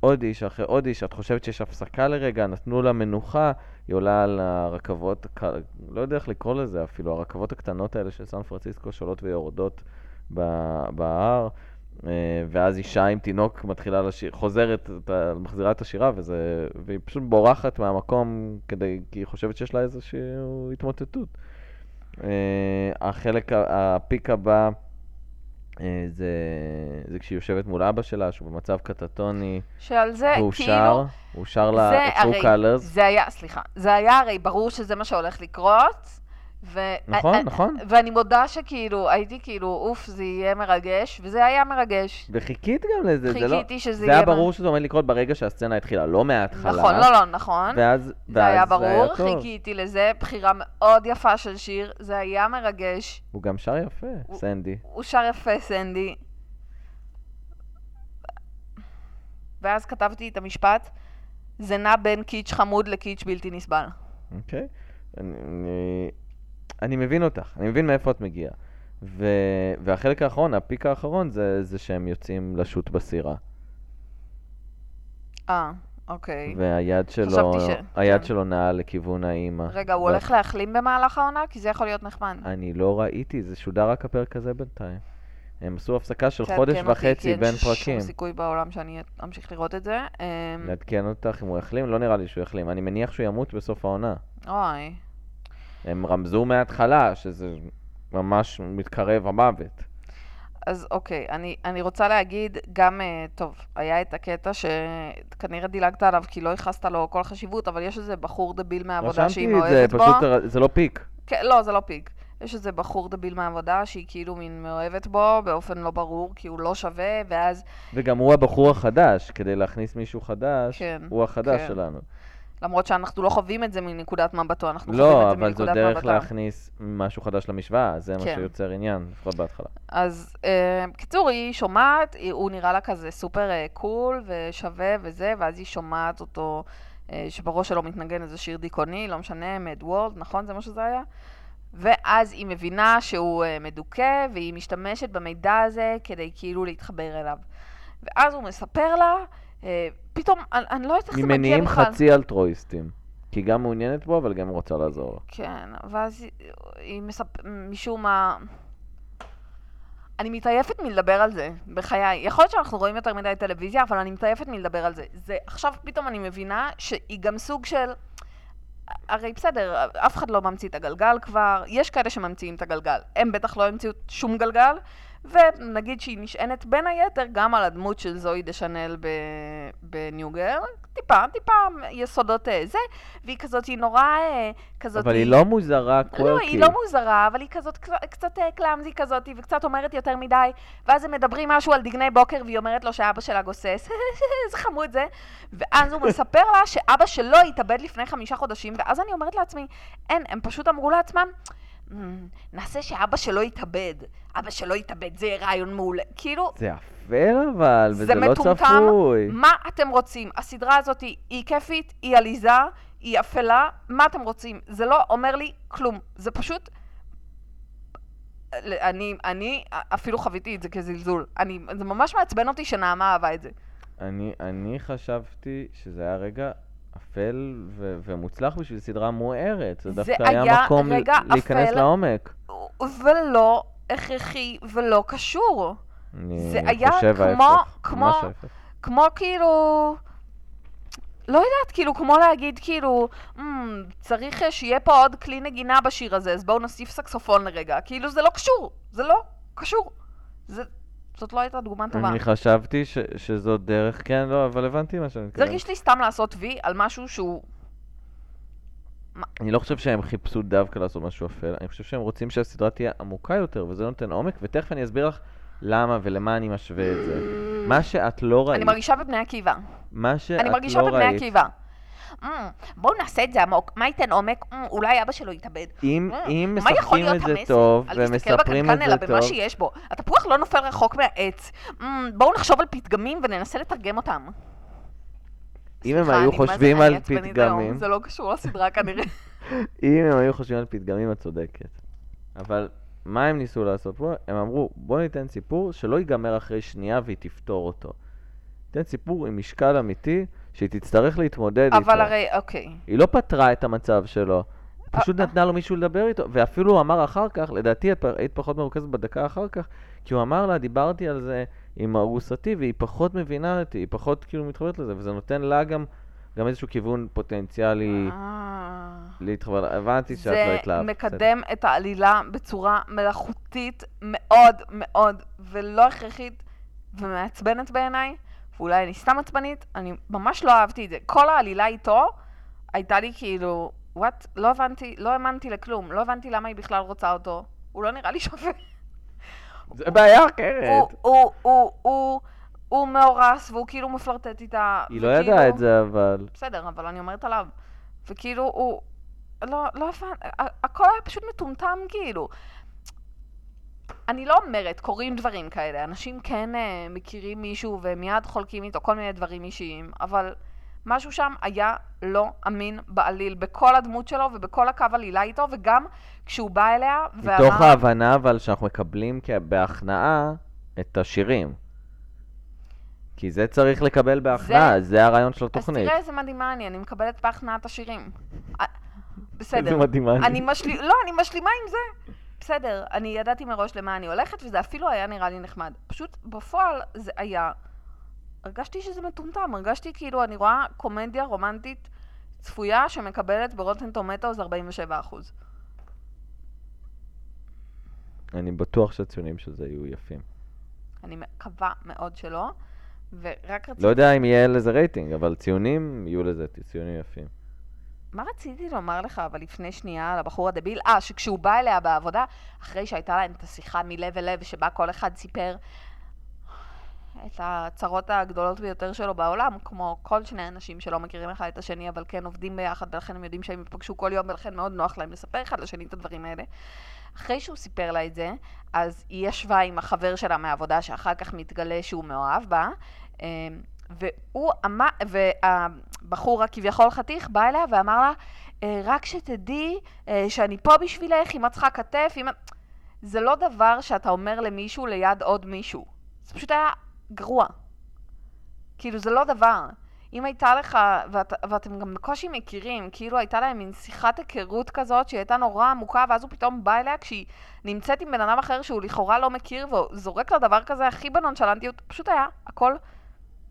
[SPEAKER 1] עוד איש אחרי עוד איש. את חושבת שיש הפסקה לרגע, נתנו לה מנוחה, היא עולה על הרכבות, הק- לא יודע איך לקרוא לזה אפילו, הרכבות הקטנות האלה של סן פרנסיסקו שעולות ויורדות ב- בהר. אה, ואז אישה עם תינוק מתחילה לשיר, חוזרת, את ה- מחזירה את השירה, וזה, והיא פשוט בורחת מהמקום כדי, כי היא חושבת שיש לה איזושהי התמוטטות. אה, החלק, ה- הפיק הבא, אה, זה, זה כשהיא יושבת מול אבא שלה, שהוא במצב קטטוני,
[SPEAKER 2] שעל זה,
[SPEAKER 1] והוא שר,
[SPEAKER 2] כאילו...
[SPEAKER 1] הוא שר לה
[SPEAKER 2] זה
[SPEAKER 1] את True
[SPEAKER 2] הרי,
[SPEAKER 1] Colors.
[SPEAKER 2] זה היה, סליחה, זה היה הרי ברור שזה מה שהולך לקרות, ו...
[SPEAKER 1] נכון,
[SPEAKER 2] אה,
[SPEAKER 1] נכון.
[SPEAKER 2] ואני מודה שכאילו, הייתי כאילו, אוף, זה יהיה מרגש, וזה היה מרגש.
[SPEAKER 1] וחיכית גם לזה, זה לא...
[SPEAKER 2] חיכיתי שזה
[SPEAKER 1] זה
[SPEAKER 2] יהיה...
[SPEAKER 1] היה
[SPEAKER 2] מר-
[SPEAKER 1] ברור שזה עומד לקרות ברגע שהסצנה התחילה, לא מההתחלה.
[SPEAKER 2] נכון, לא, לא, נכון.
[SPEAKER 1] ואז,
[SPEAKER 2] זה היה
[SPEAKER 1] ואז
[SPEAKER 2] ברור,
[SPEAKER 1] טוב.
[SPEAKER 2] חיכיתי לזה, בחירה מאוד יפה של שיר, זה היה מרגש.
[SPEAKER 1] הוא גם שר יפה,
[SPEAKER 2] הוא-
[SPEAKER 1] סנדי.
[SPEAKER 2] הוא שר יפה, סנדי. ואז כתבתי את המשפט, זה נע בין קיץ' חמוד לקיץ' בלתי נסבל.
[SPEAKER 1] אוקיי. אני, אני, אני מבין אותך, אני מבין מאיפה את מגיעה. ו, והחלק האחרון, הפיק האחרון, זה, זה שהם יוצאים לשוט בסירה.
[SPEAKER 2] אה, אוקיי.
[SPEAKER 1] והיד שלו,
[SPEAKER 2] חשבתי ש-
[SPEAKER 1] היד
[SPEAKER 2] כן.
[SPEAKER 1] שלו נעה לכיוון האימא.
[SPEAKER 2] רגע, הוא
[SPEAKER 1] ואת-
[SPEAKER 2] הולך להחלים במהלך העונה? כי זה יכול להיות נחמד.
[SPEAKER 1] אני לא ראיתי, זה שודר רק הפרק הזה בינתיים. הם עשו הפסקה של
[SPEAKER 2] תעדכן
[SPEAKER 1] חודש
[SPEAKER 2] אותי, כי
[SPEAKER 1] וחצי
[SPEAKER 2] אין
[SPEAKER 1] בין
[SPEAKER 2] שום
[SPEAKER 1] פרקים.
[SPEAKER 2] סיכוי בעולם שאני אמשיך לראות את זה. אמ,
[SPEAKER 1] לעדכן אותך אם הוא יחלים? לא נראה לי שהוא יחלים. אני מניח שהוא ימות בסוף העונה.
[SPEAKER 2] אוי.
[SPEAKER 1] הם רמזו מההתחלה שזה ממש מתקרב המוות.
[SPEAKER 2] אז אוקיי, אני, אני רוצה להגיד גם, אה, טוב, היה את הקטע שכנראה דילגת עליו כי לא ייחסת לו כל חשיבות, אבל יש איזה בחור דביל מהעבודה שהיא
[SPEAKER 1] רשמתי את
[SPEAKER 2] מאוהבת
[SPEAKER 1] זה,
[SPEAKER 2] בו.
[SPEAKER 1] פשוט הר- זה לא פיק.
[SPEAKER 2] כן, לא, זה לא פיק. יש איזה בחור דביל מהעבודה שהיא כאילו מין מאוהבת בו באופן לא ברור, כי הוא לא שווה, ואז
[SPEAKER 1] וגם הוא הבחור החדש, כדי להכניס מישהו חדש,
[SPEAKER 2] כן,
[SPEAKER 1] הוא החדש
[SPEAKER 2] כן.
[SPEAKER 1] שלנו.
[SPEAKER 2] למרות שאנחנו לא חווים את זה מנקודת מבטו, אנחנו חווים
[SPEAKER 1] לא,
[SPEAKER 2] את זה
[SPEAKER 1] אבל זו
[SPEAKER 2] מנקודת
[SPEAKER 1] דרך
[SPEAKER 2] מבטו.
[SPEAKER 1] להכניס משהו חדש למשוואה, זה מה
[SPEAKER 2] כן.
[SPEAKER 1] שיוצר עניין, לפחות בהתחלה.
[SPEAKER 2] אז אה, בקיצור, היא שומעת, היא, הוא נראה לה כזה סופר אה, קול ושווה וזה, ואז היא שומעת אותו, אה, שבראש שלו מתנגן איזה שיר דיכאוני, לא משנה, מד וולד, נכון? זה מה שזה היה? ואז היא מבינה שהוא אה, מדוכא, והיא משתמשת במידע הזה כדי כאילו להתחבר אליו. ואז הוא מספר לה, אה, פתאום, אני, אני לא יודעת איך זה מגיע בכלל.
[SPEAKER 1] ממניעים חצי אלטרואיסטים. כי גם מעוניינת בו, אבל גם רוצה לעזור לו.
[SPEAKER 2] כן, ואז היא, היא מספ... משום מה... אני מתעייפת מלדבר על זה, בחיי. יכול להיות שאנחנו רואים יותר מדי טלוויזיה, אבל אני מתעייפת מלדבר על זה. זה עכשיו פתאום אני מבינה שהיא גם סוג של... הרי בסדר, אף אחד לא ממציא את הגלגל כבר, יש כאלה שממציאים את הגלגל. הם בטח לא המציאו שום גלגל, ונגיד שהיא נשענת בין היתר גם על הדמות של זוהי דה שאנל ב- בניו גרל, טיפה, טיפה יסודות אה, זה, והיא כזאת, היא נורא אה, כזאת...
[SPEAKER 1] אבל היא לא מוזרה,
[SPEAKER 2] לא,
[SPEAKER 1] קוורקי.
[SPEAKER 2] היא לא מוזרה, אבל היא כזאת קצ- קצת אה, קלאמזי כזאת, וקצת אומרת יותר מדי, ואז הם מדברים משהו על דגני בוקר, והיא אומרת לו שאבא שלה גוסס, *laughs* איזה חמוד זה, ואז הוא מספר לה שאבא שלו התאבד לפני חמישה חודשים, ואז אני אומרת לעצמי, אין, הם פשוט אמרו לעצמם, "מ, נעשה שאבא שלו יתאבד, אבא שלו יתאבד, זה יהיה רעיון מעולה, כאילו...
[SPEAKER 1] זה אפל אבל,
[SPEAKER 2] זה
[SPEAKER 1] וזה לא
[SPEAKER 2] מטומטם.
[SPEAKER 1] צפוי.
[SPEAKER 2] מה אתם רוצים? הסדרה הזאת היא- היא כיפית, היא עליזה, היא אפלה, מה אתם רוצים? זה לא אומר לי כלום, זה פשוט... אני, אני אפילו חוויתי את זה כזלזול. אני, זה ממש מעצבן אותי שנעמה אהבה את זה.
[SPEAKER 1] אני, אני חשבתי שזה היה רגע אפל ו- ומוצלח בשביל סדרה מוארת. זה
[SPEAKER 2] זה
[SPEAKER 1] דווקא היה
[SPEAKER 2] היה
[SPEAKER 1] מקום ל-
[SPEAKER 2] רגע
[SPEAKER 1] להיכנס
[SPEAKER 2] אפל.
[SPEAKER 1] לעומק.
[SPEAKER 2] ולא הכרחי ולא קשור.
[SPEAKER 1] אני
[SPEAKER 2] זה היה
[SPEAKER 1] חושב
[SPEAKER 2] כמו-
[SPEAKER 1] ההפך,
[SPEAKER 2] כמו-
[SPEAKER 1] ממש ההפך.
[SPEAKER 2] כמו כאילו... לא יודעת, כאילו, כמו להגיד, כאילו, "מ, צריך אה, שיהיה פה עוד כלי נגינה בשיר הזה, אז בואו נוסיף סקסופון לרגע. כאילו, זה לא קשור, זה לא קשור. זה, זאת לא הייתה דוגמה טובה.
[SPEAKER 1] אני חשבתי ש- שזו דרך, כן, לא, אבל הבנתי מה שאני
[SPEAKER 2] זה
[SPEAKER 1] מתכוון.
[SPEAKER 2] הרגיש לי סתם לעשות וי על משהו שהוא...
[SPEAKER 1] אני לא חושב שהם חיפשו דווקא לעשות משהו אפל, אני חושב שהם רוצים שהסדרה תהיה עמוקה יותר, וזה נותן עומק, ותכף אני אסביר לך למה ולמה אני משווה את זה. מה שאת לא ראית,
[SPEAKER 2] Mm. אני מרגישה בבני עקיבא.
[SPEAKER 1] מה שאת
[SPEAKER 2] אני מרגישה
[SPEAKER 1] אה, לא
[SPEAKER 2] בבני
[SPEAKER 1] ראית,
[SPEAKER 2] עקיבא. "מ, בואו נעשה את זה עמוק, מה ייתן עומק? "מ, אולי אבא שלו יתאבד.
[SPEAKER 1] אם,
[SPEAKER 2] Mm,
[SPEAKER 1] אם
[SPEAKER 2] מה יכול
[SPEAKER 1] משחקים
[SPEAKER 2] להיות
[SPEAKER 1] את זה
[SPEAKER 2] המסר?
[SPEAKER 1] טוב,
[SPEAKER 2] אל תסתכל
[SPEAKER 1] ומספרים את
[SPEAKER 2] בקנקן אלא
[SPEAKER 1] זה
[SPEAKER 2] במה
[SPEAKER 1] טוב,
[SPEAKER 2] שיש בו. התפוח לא נופל רחוק מהעץ. Mm, בואו נחשוב על פתגמים וננסה לתרגם אותם.
[SPEAKER 1] אם הם
[SPEAKER 2] סליחה,
[SPEAKER 1] היו
[SPEAKER 2] אני- מה זה-
[SPEAKER 1] חושבים
[SPEAKER 2] אני
[SPEAKER 1] על
[SPEAKER 2] עצבנית היום,
[SPEAKER 1] פתגמים,
[SPEAKER 2] זה לא קשור
[SPEAKER 1] *laughs*
[SPEAKER 2] לסדרה כנראה.
[SPEAKER 1] אם הם היו חושבים על פתגמים, את צודקת. אבל מה הם ניסו לעשות פה? הם אמרו, בוא ניתן סיפור שלא ייגמר אחרי שנייה והיא תפתור אותו. ניתן סיפור עם משקל אמיתי, שהיא תצטרך להתמודד איתו.
[SPEAKER 2] אבל הרי, אוקיי.
[SPEAKER 1] היא לא פתרה את המצב שלו, פשוט נתנה לו מישהו לדבר איתו, ואפילו הוא אמר אחר כך, לדעתי את פ- היית פחות מרוכזת בדקה אחר כך, כי הוא אמר לה, דיברתי על זה עם ארוסתי, והיא פחות מבינה אותי, היא פחות כאילו מתחברת לזה, וזה נותן לה גם, גם איזשהו כיוון פוטנציאלי
[SPEAKER 2] אה.
[SPEAKER 1] להתחבר, הבנתי שאת לא
[SPEAKER 2] זה
[SPEAKER 1] התלהבת. בסדר.
[SPEAKER 2] מקדם את העלילה בצורה מלאכותית מאוד מאוד, ולא הכרחית, ומעצבנת בעיניי, ואולי אני סתם עצבנית, אני ממש לא אהבתי את זה. כל העלילה איתו הייתה לי כאילו, וואט, לא הבנתי, לא האמנתי לכלום, לא הבנתי למה היא בכלל רוצה אותו, הוא לא נראה לי שווה.
[SPEAKER 1] זה בעיה
[SPEAKER 2] הוא,
[SPEAKER 1] אחרת.
[SPEAKER 2] הוא, הוא, הוא, הוא מאורס, והוא כאילו מפלרטט איתה.
[SPEAKER 1] היא לא
[SPEAKER 2] וכאילו-
[SPEAKER 1] ידעה את זה, אבל...
[SPEAKER 2] בסדר, אבל אני אומרת עליו. וכאילו, הוא... לא, לא הבנתי, הכל היה פשוט מטומטם כאילו. אני לא אומרת, קורים דברים כאלה. אנשים כן אה, מכירים מישהו ומיד חולקים איתו כל מיני דברים אישיים, אבל משהו שם היה לא אמין בעליל, בכל הדמות שלו ובכל הקו עלילה איתו, וגם כשהוא בא אליה ואמר...
[SPEAKER 1] מתוך ההבנה, אבל, שאנחנו מקבלים כ- בהכנעה את השירים. כי זה צריך לקבל בהכנעה, זה הרעיון של
[SPEAKER 2] אז
[SPEAKER 1] התוכנית.
[SPEAKER 2] תראה איזה מדהימה אני, אני מקבלת בהכנעת השירים. אה,
[SPEAKER 1] איזה
[SPEAKER 2] בסדר.
[SPEAKER 1] מדהימה. אני.
[SPEAKER 2] אני משלימה, לא, אני משלימה עם זה. בסדר, אני ידעתי מראש למה אני הולכת, וזה אפילו היה נראה לי נחמד. פשוט בפועל זה היה... הרגשתי שזה מטומטם, הרגשתי כאילו אני רואה קומדיה רומנטית צפויה שמקבלת ברוטן טומטוס 47%.
[SPEAKER 1] אני בטוח שהציונים של זה יהיו יפים.
[SPEAKER 2] אני מקווה מאוד שלא, ורק רציתי...
[SPEAKER 1] לא יודע אם יהיה לזה רייטינג, אבל ציונים, יהיו לזה ציונים יפים.
[SPEAKER 2] מה רציתי לומר לך, אבל לפני שנייה, על הבחור הדביל? אה, שכשהוא בא אליה בעבודה, אחרי שהייתה להם את השיחה מלב אל לב, שבה כל אחד סיפר... את הצרות הגדולות ביותר שלו בעולם, כמו כל שני אנשים שלא מכירים אחד את השני, אבל כן עובדים ביחד, ולכן הם יודעים שהם ייפגשו כל יום, ולכן מאוד נוח להם לספר אחד לשני את הדברים האלה. אחרי שהוא סיפר לה את זה, אז היא ישבה עם החבר שלה מהעבודה, שאחר כך מתגלה שהוא מאוהב בה, אמ, והוא אמר, והבחור הכביכול חתיך בא אליה ואמר לה, "אה, רק שתדעי אה, שאני פה בשבילך, אם את צריכה כתף, אם... את-" זה לא דבר שאתה אומר למישהו ליד עוד מישהו. זה פשוט היה גרוע. כאילו, זה לא דבר. אם הייתה לך, ואת, ואתם גם בקושי מכירים, כאילו הייתה להם מין שיחת היכרות כזאת שהיא הייתה נורא עמוקה, ואז הוא פתאום בא אליה כשהיא נמצאת עם בן אדם אחר שהוא לכאורה לא מכיר, וזורק לה דבר כזה הכי בנונשלנטיות, פשוט היה הכל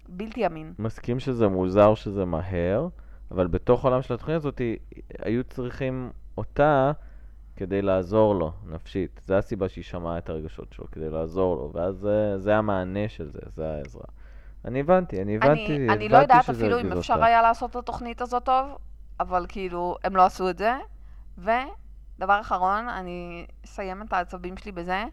[SPEAKER 2] בלתי אמין.
[SPEAKER 1] מסכים שזה מוזר שזה מהר, אבל בתוך העולם של התוכנית הזאת היא- היו צריכים אותה כדי לעזור לו נפשית. זו הסיבה שהיא שמעה את הרגשות שלו, כדי לעזור לו, ואז זה, זה המענה של זה, זה העזרה. אני הבנתי, אני הבנתי,
[SPEAKER 2] אני,
[SPEAKER 1] הבנתי
[SPEAKER 2] אני לא יודעת
[SPEAKER 1] שזה
[SPEAKER 2] אפילו אם
[SPEAKER 1] הרגיז
[SPEAKER 2] אפשר
[SPEAKER 1] אותה.
[SPEAKER 2] היה לעשות את התוכנית הזאת טוב, אבל כאילו, הם לא עשו את זה. ודבר אחרון, אני אסיים את העצבים שלי בזה,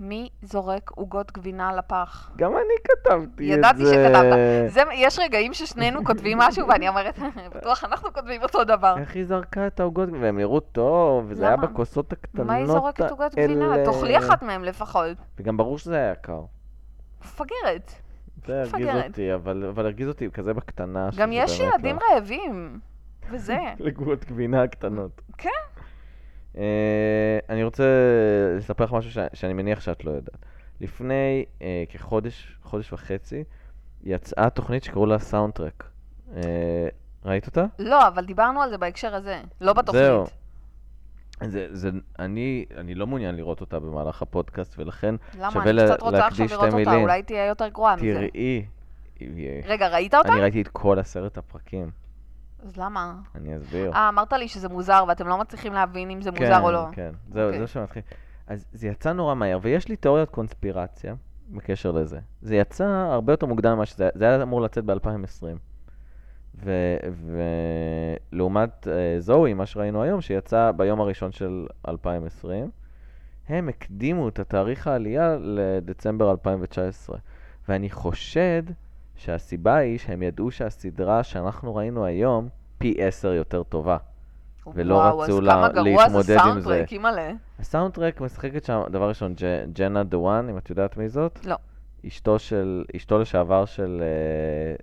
[SPEAKER 2] מי זורק עוגות גבינה לפח?
[SPEAKER 1] גם אני כתבתי את זה.
[SPEAKER 2] ידעתי
[SPEAKER 1] אה.
[SPEAKER 2] שכתבת. זה, יש רגעים ששנינו כותבים משהו, ואני אומרת, בטוח אנחנו כותבים אותו דבר.
[SPEAKER 1] איך היא זרקה את העוגות, והם נראו טוב, וזה היה
[SPEAKER 2] למה?
[SPEAKER 1] בכוסות הקטנות
[SPEAKER 2] מה היא זורקת עוגת גבינה?
[SPEAKER 1] האלה.
[SPEAKER 2] תאכלי אחת מהן לפחות.
[SPEAKER 1] וגם ברור שזה היה יקר.
[SPEAKER 2] מפגרת.
[SPEAKER 1] זה הרגיז
[SPEAKER 2] מפגרת.
[SPEAKER 1] אותי, אבל אבל הרגיז אותי כזה בקטנה.
[SPEAKER 2] גם
[SPEAKER 1] שזה
[SPEAKER 2] יש
[SPEAKER 1] באמת לא-
[SPEAKER 2] ילדים רעבים. וזה.
[SPEAKER 1] *laughs* לגבות גבינה קטנות.
[SPEAKER 2] כן.
[SPEAKER 1] אה, אני רוצה לספר לך משהו ש- שאני מניח שאת לא יודעת. לפני אה, כחודש, חודש וחצי, יצאה תוכנית שקראו לה סאונדטרק. אה, ראית אותה?
[SPEAKER 2] לא, אבל דיברנו על זה בהקשר הזה, לא
[SPEAKER 1] זהו.
[SPEAKER 2] בתוכנית.
[SPEAKER 1] זה, זה, אני, אני לא מעוניין לראות אותה במהלך הפודקאסט, ולכן
[SPEAKER 2] למה?
[SPEAKER 1] שווה
[SPEAKER 2] אני קצת
[SPEAKER 1] לה-
[SPEAKER 2] רוצה עכשיו
[SPEAKER 1] להקדיש
[SPEAKER 2] לראות
[SPEAKER 1] שתי
[SPEAKER 2] אותה,
[SPEAKER 1] מילים.
[SPEAKER 2] אולי תהיה יותר גרועה מזה.
[SPEAKER 1] תראי. היא-
[SPEAKER 2] רגע, ראית אותה?
[SPEAKER 1] אני ראיתי את כל עשרת הפרקים,
[SPEAKER 2] אז למה?
[SPEAKER 1] אני אסביר.
[SPEAKER 2] אה, אמרת לי שזה מוזר ואתם לא מצליחים להבין אם זה מוזר
[SPEAKER 1] לא. כן,
[SPEAKER 2] או לא.
[SPEAKER 1] כן, זהו,
[SPEAKER 2] אוקיי.
[SPEAKER 1] זה שמתחיל. אז זה יצא נורא מהר, ויש לי תיאוריית קונספירציה בקשר לזה. זה יצא הרבה יותר מוקדם ממה שזה, זה היה אמור לצאת ב-2020. ולעומת אה, זוהי, מה שראינו היום, שיצא ביום הראשון של 2020, הם הקדימו את התאריך העלייה לדצמבר 2019. ואני חושד שהסיבה היא שהם ידעו שהסדרה שאנחנו ראינו היום פי עשר יותר טובה. ולא
[SPEAKER 2] וואו, אז
[SPEAKER 1] רצו
[SPEAKER 2] כמה
[SPEAKER 1] לה-
[SPEAKER 2] גרוע זה
[SPEAKER 1] להתמודד עם זה.
[SPEAKER 2] סאונדטרק, אימא'לה.
[SPEAKER 1] הסאונדטרק משחקת שם, דבר ראשון, ג', ג'נה דואן, אם את יודעת מי זאת?
[SPEAKER 2] לא.
[SPEAKER 1] אשתו של, אשתו לשעבר של אה,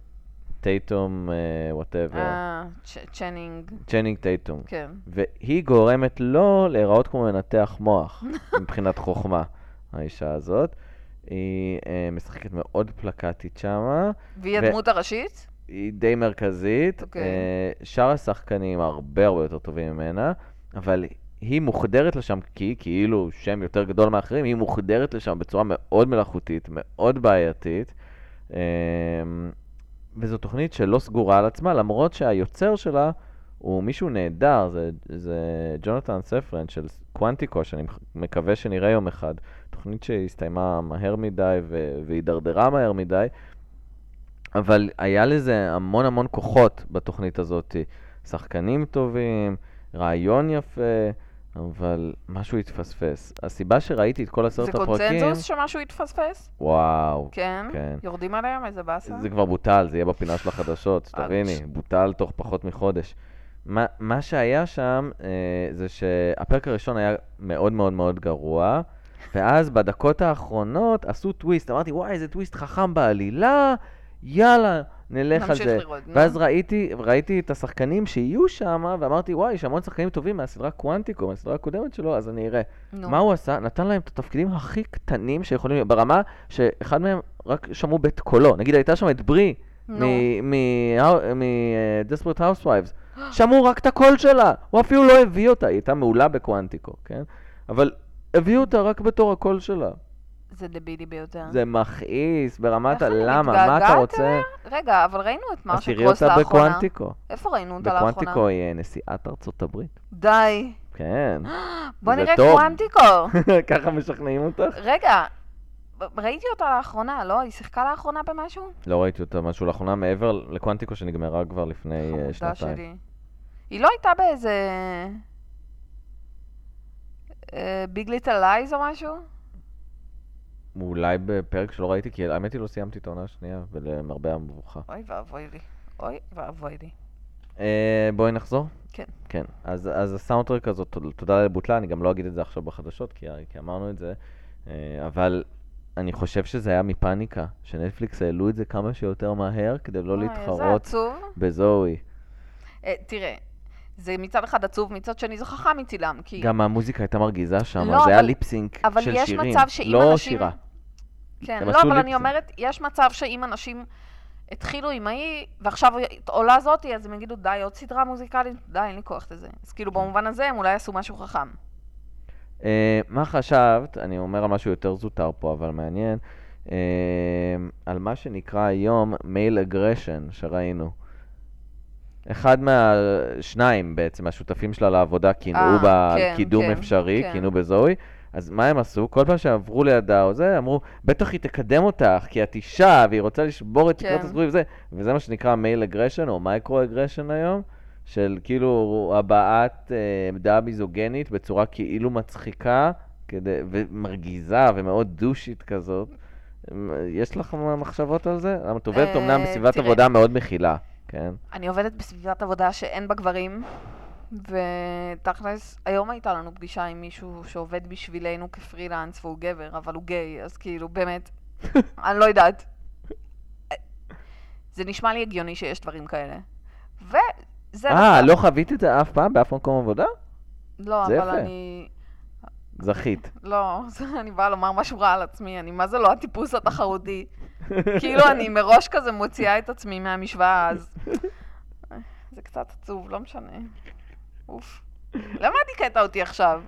[SPEAKER 1] טייטום, וואטאבר,
[SPEAKER 2] אה, צ'- צ'נינג,
[SPEAKER 1] צ'נינג טייטום.
[SPEAKER 2] כן.
[SPEAKER 1] והיא גורמת לו להיראות כמו מנתח
[SPEAKER 2] *laughs*
[SPEAKER 1] מוח, מבחינת חוכמה, האישה הזאת. היא אה, משחקת מאוד פלקטית שמה,
[SPEAKER 2] והיא
[SPEAKER 1] ו-
[SPEAKER 2] הדמות הראשית?
[SPEAKER 1] היא די מרכזית.
[SPEAKER 2] אוקיי.
[SPEAKER 1] אה, שאר השחקנים הרבה הרבה יותר טובים ממנה, אבל היא מוחדרת לשם, כי היא כאילו שם יותר גדול מאחרים, היא מוחדרת לשם בצורה מאוד מלאכותית, מאוד בעייתית. אה, וזו תוכנית שלא סגורה על עצמה, למרות שהיוצר שלה הוא מישהו נהדר, זה, זה ג'ונתן ספרן של קוונטיקו, שאני מח- מקווה שנראה יום אחד. תוכנית שהסתיימה מהר מדי ו- והידרדרה מהר מדי, אבל היה לזה המון המון כוחות בתוכנית הזאת. שחקנים טובים, רעיון יפה, אבל משהו התפספס. הסיבה שראיתי את כל
[SPEAKER 2] זה
[SPEAKER 1] עשרת הפרקים...
[SPEAKER 2] קונצנזוס שמשהו התפס?
[SPEAKER 1] וואו,
[SPEAKER 2] כן.
[SPEAKER 1] כן.
[SPEAKER 2] יורדים עליהם? איזה באסה?
[SPEAKER 1] זה כבר בוטל, זה יהיה בפינה של החדשות,
[SPEAKER 2] אה,
[SPEAKER 1] שתביני,
[SPEAKER 2] אאוץ'.
[SPEAKER 1] בוטל תוך פחות מחודש. מה, מה שהיה שם אה, זה שהפרק הראשון היה מאוד מאוד מאוד גרוע, ואז בדקות האחרונות עשו טוויסט, אמרתי, וואי, איזה טוויסט חכם בעלילה, יאללה, נלך על
[SPEAKER 2] נמשיך
[SPEAKER 1] זה.
[SPEAKER 2] לראות, נו.
[SPEAKER 1] ואז ראיתי, ראיתי את השחקנים שיהיו שם, ואמרתי, וואי, יש המון שחקנים טובים מהסדרה קוונטיקו, מהסדרה הקודמת שלו, אז אני אראה.
[SPEAKER 2] נו.
[SPEAKER 1] מה הוא עשה? נתן להם את התפקידים הכי קטנים שיכולים להיות, ברמה שאחד מהם רק שמעו בית קולו. נגיד הייתה שם את ברי
[SPEAKER 2] נו.
[SPEAKER 1] מ-Desperate Housewives.
[SPEAKER 2] *gasps*
[SPEAKER 1] שמעו רק את הקול שלה, הוא אפילו לא הביא אותה, היא הייתה מעולה בקוונטיקו, כן? אבל הביאו אותה רק בתור הקול שלה.
[SPEAKER 2] זה דבילי ביותר.
[SPEAKER 1] זה מכעיס ברמת
[SPEAKER 2] אה. איך אני
[SPEAKER 1] הלמה, מה אתה
[SPEAKER 2] מתגעגעת
[SPEAKER 1] רוצה?
[SPEAKER 2] רגע, אבל ראינו את
[SPEAKER 1] אז
[SPEAKER 2] מרשה
[SPEAKER 1] תראי
[SPEAKER 2] קרוס
[SPEAKER 1] אותה
[SPEAKER 2] לאחרונה.
[SPEAKER 1] בקוונטיקו.
[SPEAKER 2] איפה ראינו אותה לאחרונה?
[SPEAKER 1] בקוונטיקו היא אה, נשיאת ארצות הברית.
[SPEAKER 2] די. *gasps*
[SPEAKER 1] כן, *laughs*
[SPEAKER 2] בוא
[SPEAKER 1] זה
[SPEAKER 2] נראה
[SPEAKER 1] טוב.
[SPEAKER 2] קוונטיקו.
[SPEAKER 1] ככה משכנעים אותך?
[SPEAKER 2] רגע, ב- ראיתי אותה לאחרונה, לא? היא שיחקה לאחרונה במשהו?
[SPEAKER 1] לא ראיתי אותה משהו לאחרונה מעבר לקוונטיקו שנגמרה כבר לפני אה,
[SPEAKER 2] חמודה
[SPEAKER 1] שנתיים.
[SPEAKER 2] שלי. היא לא הייתה באיזה... אה, ביג ליטל לייז או משהו?
[SPEAKER 1] אולי בפרק שלא ראיתי, כי האמת היא לא סיימתי את העונה השנייה, ולמרבה המבוכה.
[SPEAKER 2] אוי ואבוי לי. אוי ואבוי לי.
[SPEAKER 1] אה, בואי נחזור.
[SPEAKER 2] כן.
[SPEAKER 1] כן, אז, אז הסאונדטרק הזאת, תוד- תודה לבוטלה, אני גם לא אגיד את זה עכשיו בחדשות, כי, כי אמרנו את זה, אה, אבל אני חושב שזה היה מפאניקה, שנטפליקס העלו את זה כמה שיותר מהר, כדי לא
[SPEAKER 2] אוי, איזה
[SPEAKER 1] להתחרות
[SPEAKER 2] אה, עצוב.
[SPEAKER 1] בזוהי.
[SPEAKER 2] אה, תראה, זה מצד אחד עצוב, מצד שני זו חכם מצילם, כי...
[SPEAKER 1] גם המוזיקה הייתה מרגיזה שם,
[SPEAKER 2] לא,
[SPEAKER 1] זה היה
[SPEAKER 2] אבל-
[SPEAKER 1] ליפסינק
[SPEAKER 2] אבל
[SPEAKER 1] של
[SPEAKER 2] יש
[SPEAKER 1] שירים,
[SPEAKER 2] מצב שאם
[SPEAKER 1] לא
[SPEAKER 2] אנשים-
[SPEAKER 1] שירה.
[SPEAKER 2] כן,
[SPEAKER 1] הם
[SPEAKER 2] לא,
[SPEAKER 1] עשו
[SPEAKER 2] אבל
[SPEAKER 1] ליפסינק.
[SPEAKER 2] אני אומרת, יש מצב שאם אנשים התחילו עם ההיא, ועכשיו עולה זאתי, אז הם יגידו, די, עוד סדרה מוזיקלית, די, אין לי כוח לזה. אז כאילו,
[SPEAKER 1] כן.
[SPEAKER 2] במובן הזה הם אולי עשו משהו חכם.
[SPEAKER 1] אה, מה חשבת, אני אומר על משהו יותר זוטר פה, אבל מעניין, אה, על מה שנקרא היום מייל אגרשן שראינו. אחד מהשניים בעצם, השותפים שלה לעבודה,
[SPEAKER 2] אה,
[SPEAKER 1] קינאו בה
[SPEAKER 2] כן,
[SPEAKER 1] על קידום
[SPEAKER 2] כן,
[SPEAKER 1] אפשרי,
[SPEAKER 2] כן.
[SPEAKER 1] קינאו בזוהי. אז מה הם עשו? כל פעם שעברו לידה או זה, אמרו, בטח היא תקדם אותך, כי את אישה, והיא רוצה לשבור את
[SPEAKER 2] כן.
[SPEAKER 1] תקרת הזכויות וזה. וזה מה שנקרא מייל אגרשן או מייקרו אגרשן היום, של כאילו הבעת אה, עמדה מיזוגנית בצורה כאילו מצחיקה, כדי, ומרגיזה ומאוד דושית כזאת. אמ, יש לך מחשבות על זה? למה את עובדת
[SPEAKER 2] אה,
[SPEAKER 1] אומנם בסביבת
[SPEAKER 2] תראה.
[SPEAKER 1] עבודה מאוד מכילה, כן?
[SPEAKER 2] אני עובדת בסביבת עבודה שאין בה גברים, ותכלס, היום הייתה לנו פגישה עם מישהו שעובד בשבילנו כפרילנס, והוא גבר, אבל הוא גיי, אז כאילו,
[SPEAKER 1] *laughs*
[SPEAKER 2] באמת, אני לא יודעת. זה נשמע לי הגיוני שיש דברים כאלה. וזה...
[SPEAKER 1] אה,
[SPEAKER 2] דווקא-
[SPEAKER 1] לא חווית את זה אף פעם באף מקום עבודה?
[SPEAKER 2] לא,
[SPEAKER 1] זה
[SPEAKER 2] אבל
[SPEAKER 1] יפה.
[SPEAKER 2] אני...
[SPEAKER 1] זכית.
[SPEAKER 2] לא, זה- אני באה לומר משהו רע על עצמי, אני מה זה לא
[SPEAKER 1] *laughs*
[SPEAKER 2] הטיפוס התחרותי. כאילו אני מראש כזה מוציאה את עצמי מהמשוואה, אז... אה, זה קצת עצוב, לא משנה. אוף. למה את הקטעת אותי עכשיו?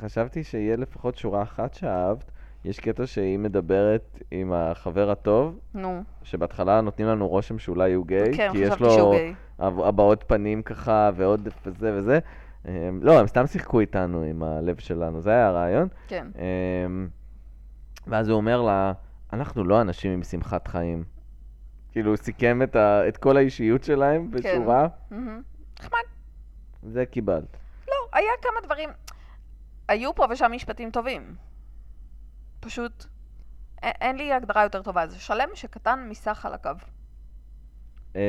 [SPEAKER 1] חשבתי שיהיה לפחות שורה אחת שאהבת. יש קטע שהיא מדברת עם החבר הטוב,
[SPEAKER 2] נו,
[SPEAKER 1] שבהתחלה נותנים לנו רושם שאולי הוא גיי,
[SPEAKER 2] כן,
[SPEAKER 1] אוקיי, כי יש
[SPEAKER 2] חשבתי שהוא
[SPEAKER 1] לו
[SPEAKER 2] גיי.
[SPEAKER 1] הב- הבעות פנים ככה, ועוד זה וזה. אמ, לא, הם סתם שיחקו איתנו עם הלב שלנו, זה היה הרעיון.
[SPEAKER 2] כן.
[SPEAKER 1] אמ, ואז הוא אומר לה, אנחנו לא אנשים עם שמחת חיים. כאילו, הוא סיכם את, ה, את כל האישיות שלהם
[SPEAKER 2] כן.
[SPEAKER 1] בשורה,
[SPEAKER 2] מהמם. נחמד.
[SPEAKER 1] זה קיבלת.
[SPEAKER 2] לא, היה כמה דברים. היו פה ושם משפטים טובים. פשוט, א- אין לי הגדרה יותר טובה. זה שלם שקטן מסך על הקו.
[SPEAKER 1] אה,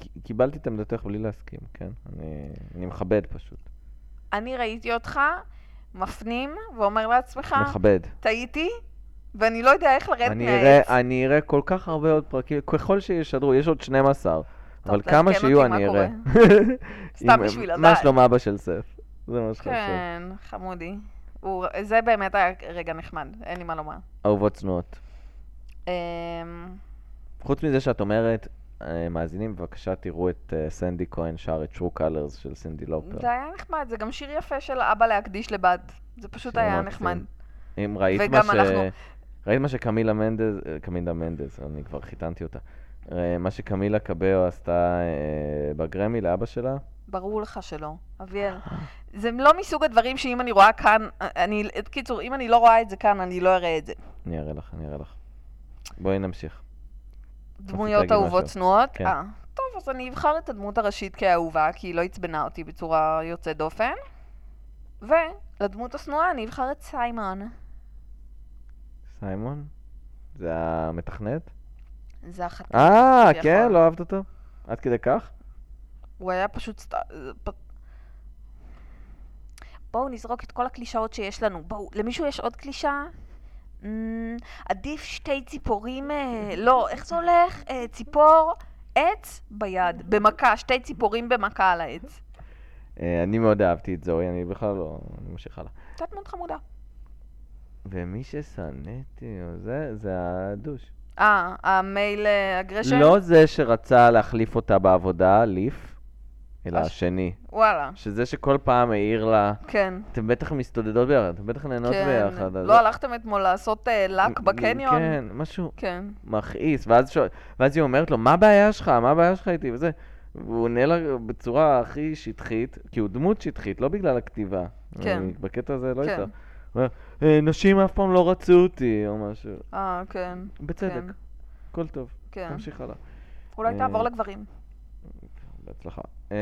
[SPEAKER 1] ק- קיבלתי את עמדתך בלי להסכים, כן? אני, אני מכבד פשוט.
[SPEAKER 2] אני ראיתי אותך מפנים ואומר לעצמך,
[SPEAKER 1] מכבד.
[SPEAKER 2] טעיתי, ואני לא יודע איך לרדת
[SPEAKER 1] אני
[SPEAKER 2] מהעץ.
[SPEAKER 1] אראה, אני אראה כל כך הרבה עוד פרקים, ככל שישדרו, יש עוד 12,
[SPEAKER 2] טוב,
[SPEAKER 1] אבל
[SPEAKER 2] תעדכן
[SPEAKER 1] כמה
[SPEAKER 2] אותי
[SPEAKER 1] שיהיו
[SPEAKER 2] מה
[SPEAKER 1] אני
[SPEAKER 2] קורה.
[SPEAKER 1] אראה. *laughs*
[SPEAKER 2] סתם
[SPEAKER 1] אם-
[SPEAKER 2] בשביל
[SPEAKER 1] מה
[SPEAKER 2] לדעת.
[SPEAKER 1] שלום אבא של סף? זה מה שחשוב.
[SPEAKER 2] כן, חמודי. הוא- זה באמת היה רגע נחמד, אין לי מה לומר.
[SPEAKER 1] אהובות צנועות.
[SPEAKER 2] אמ,
[SPEAKER 1] חוץ מזה שאת אומרת, אה, מאזינים, בבקשר תראו את אה, סנדי כהן שר את True Colors של סינדי לופר.
[SPEAKER 2] זה היה נחמד, זה גם שיר יפה של אבא להקדיש לבת. זה פשוט
[SPEAKER 1] שיר
[SPEAKER 2] היה
[SPEAKER 1] מקסים.
[SPEAKER 2] נחמד.
[SPEAKER 1] אם ראית
[SPEAKER 2] וגם
[SPEAKER 1] מה ש...
[SPEAKER 2] אנחנו-
[SPEAKER 1] ראית מה שקמילה מנדז, אה, קמילה מנדז, אני כבר חיתנתי אותה. אה, מה שקמילה קבאו עשתה אה, בגרמי לאבא שלה?
[SPEAKER 2] ברור לך שלא, אביאל.
[SPEAKER 1] אה.
[SPEAKER 2] זה לא מסוג הדברים שאם אני רואה כאן, אה, אני, קיצור, אם אני לא רואה את זה כאן, אני לא אראה את זה.
[SPEAKER 1] אני אראה לך, אני אראה לך. בואי נמשיך.
[SPEAKER 2] דמויות
[SPEAKER 1] להגיד
[SPEAKER 2] אהובות
[SPEAKER 1] משהו?
[SPEAKER 2] צנועות?
[SPEAKER 1] כן.
[SPEAKER 2] אה, טוב, אז אני אבחר את הדמות הראשית כאהובה, כי היא לא עצבנה אותי בצורה יוצאת דופן. ולדמות השנואה אני אבחר את סיימון.
[SPEAKER 1] סיימון? זה המתכנת?
[SPEAKER 2] כן. זה החתיך.
[SPEAKER 1] אה,
[SPEAKER 2] כביכול.
[SPEAKER 1] כן, לא אהבת אותו? עד כדי כך?
[SPEAKER 2] הוא היה פשוט... סת... פ- בואו נזרוק את כל הקלישאות שיש לנו. בואו, למישהו יש עוד קלישאה? Mm, עדיף שתי ציפורים, אה, לא, איך זה הולך? אה, ציפור, עץ ביד, במכה, שתי ציפורים במכה על העץ.
[SPEAKER 1] אה, אני מאוד אהבתי את זוהי, אני בכלל לא... אני ממשיך הלאה.
[SPEAKER 2] הייתה דמות חמודה.
[SPEAKER 1] ומי ששנאתי, או זה, זה הדוש.
[SPEAKER 2] אה, המייל אה, אגרשן?
[SPEAKER 1] לא זה שרצה להחליף אותה בעבודה, ליף, אלא
[SPEAKER 2] הש-
[SPEAKER 1] השני.
[SPEAKER 2] וואלה,
[SPEAKER 1] שזה שכל פעם העיר לה,
[SPEAKER 2] כן.
[SPEAKER 1] אתם בטח מסתודדות ביחד, אתם בטח נהנות
[SPEAKER 2] כן.
[SPEAKER 1] ביחד. אז-
[SPEAKER 2] לא הלכתם אתמול לעשות אה, לק
[SPEAKER 1] מ-
[SPEAKER 2] בקניון?
[SPEAKER 1] כן, משהו
[SPEAKER 2] כן.
[SPEAKER 1] מכעיס, ואז, שואל, ואז היא אומרת לו, מה הבעיה שלך? מה הבעיה שלך איתי? וזה. והוא עונה לה בצורה הכי שטחית, כי הוא דמות שטחית, לא בגלל הכתיבה.
[SPEAKER 2] כן.
[SPEAKER 1] אני בקטע הזה לא
[SPEAKER 2] כן.
[SPEAKER 1] איתך. הוא אומר, "אה, נשים אף פעם לא רצו אותי, או משהו.
[SPEAKER 2] אה, כן,
[SPEAKER 1] בצדק,
[SPEAKER 2] כן.
[SPEAKER 1] הכל טוב,
[SPEAKER 2] כן.
[SPEAKER 1] נמשיך הלאה.
[SPEAKER 2] אולי
[SPEAKER 1] אה,
[SPEAKER 2] תעבור לגברים.
[SPEAKER 1] בהצלחה. אמ,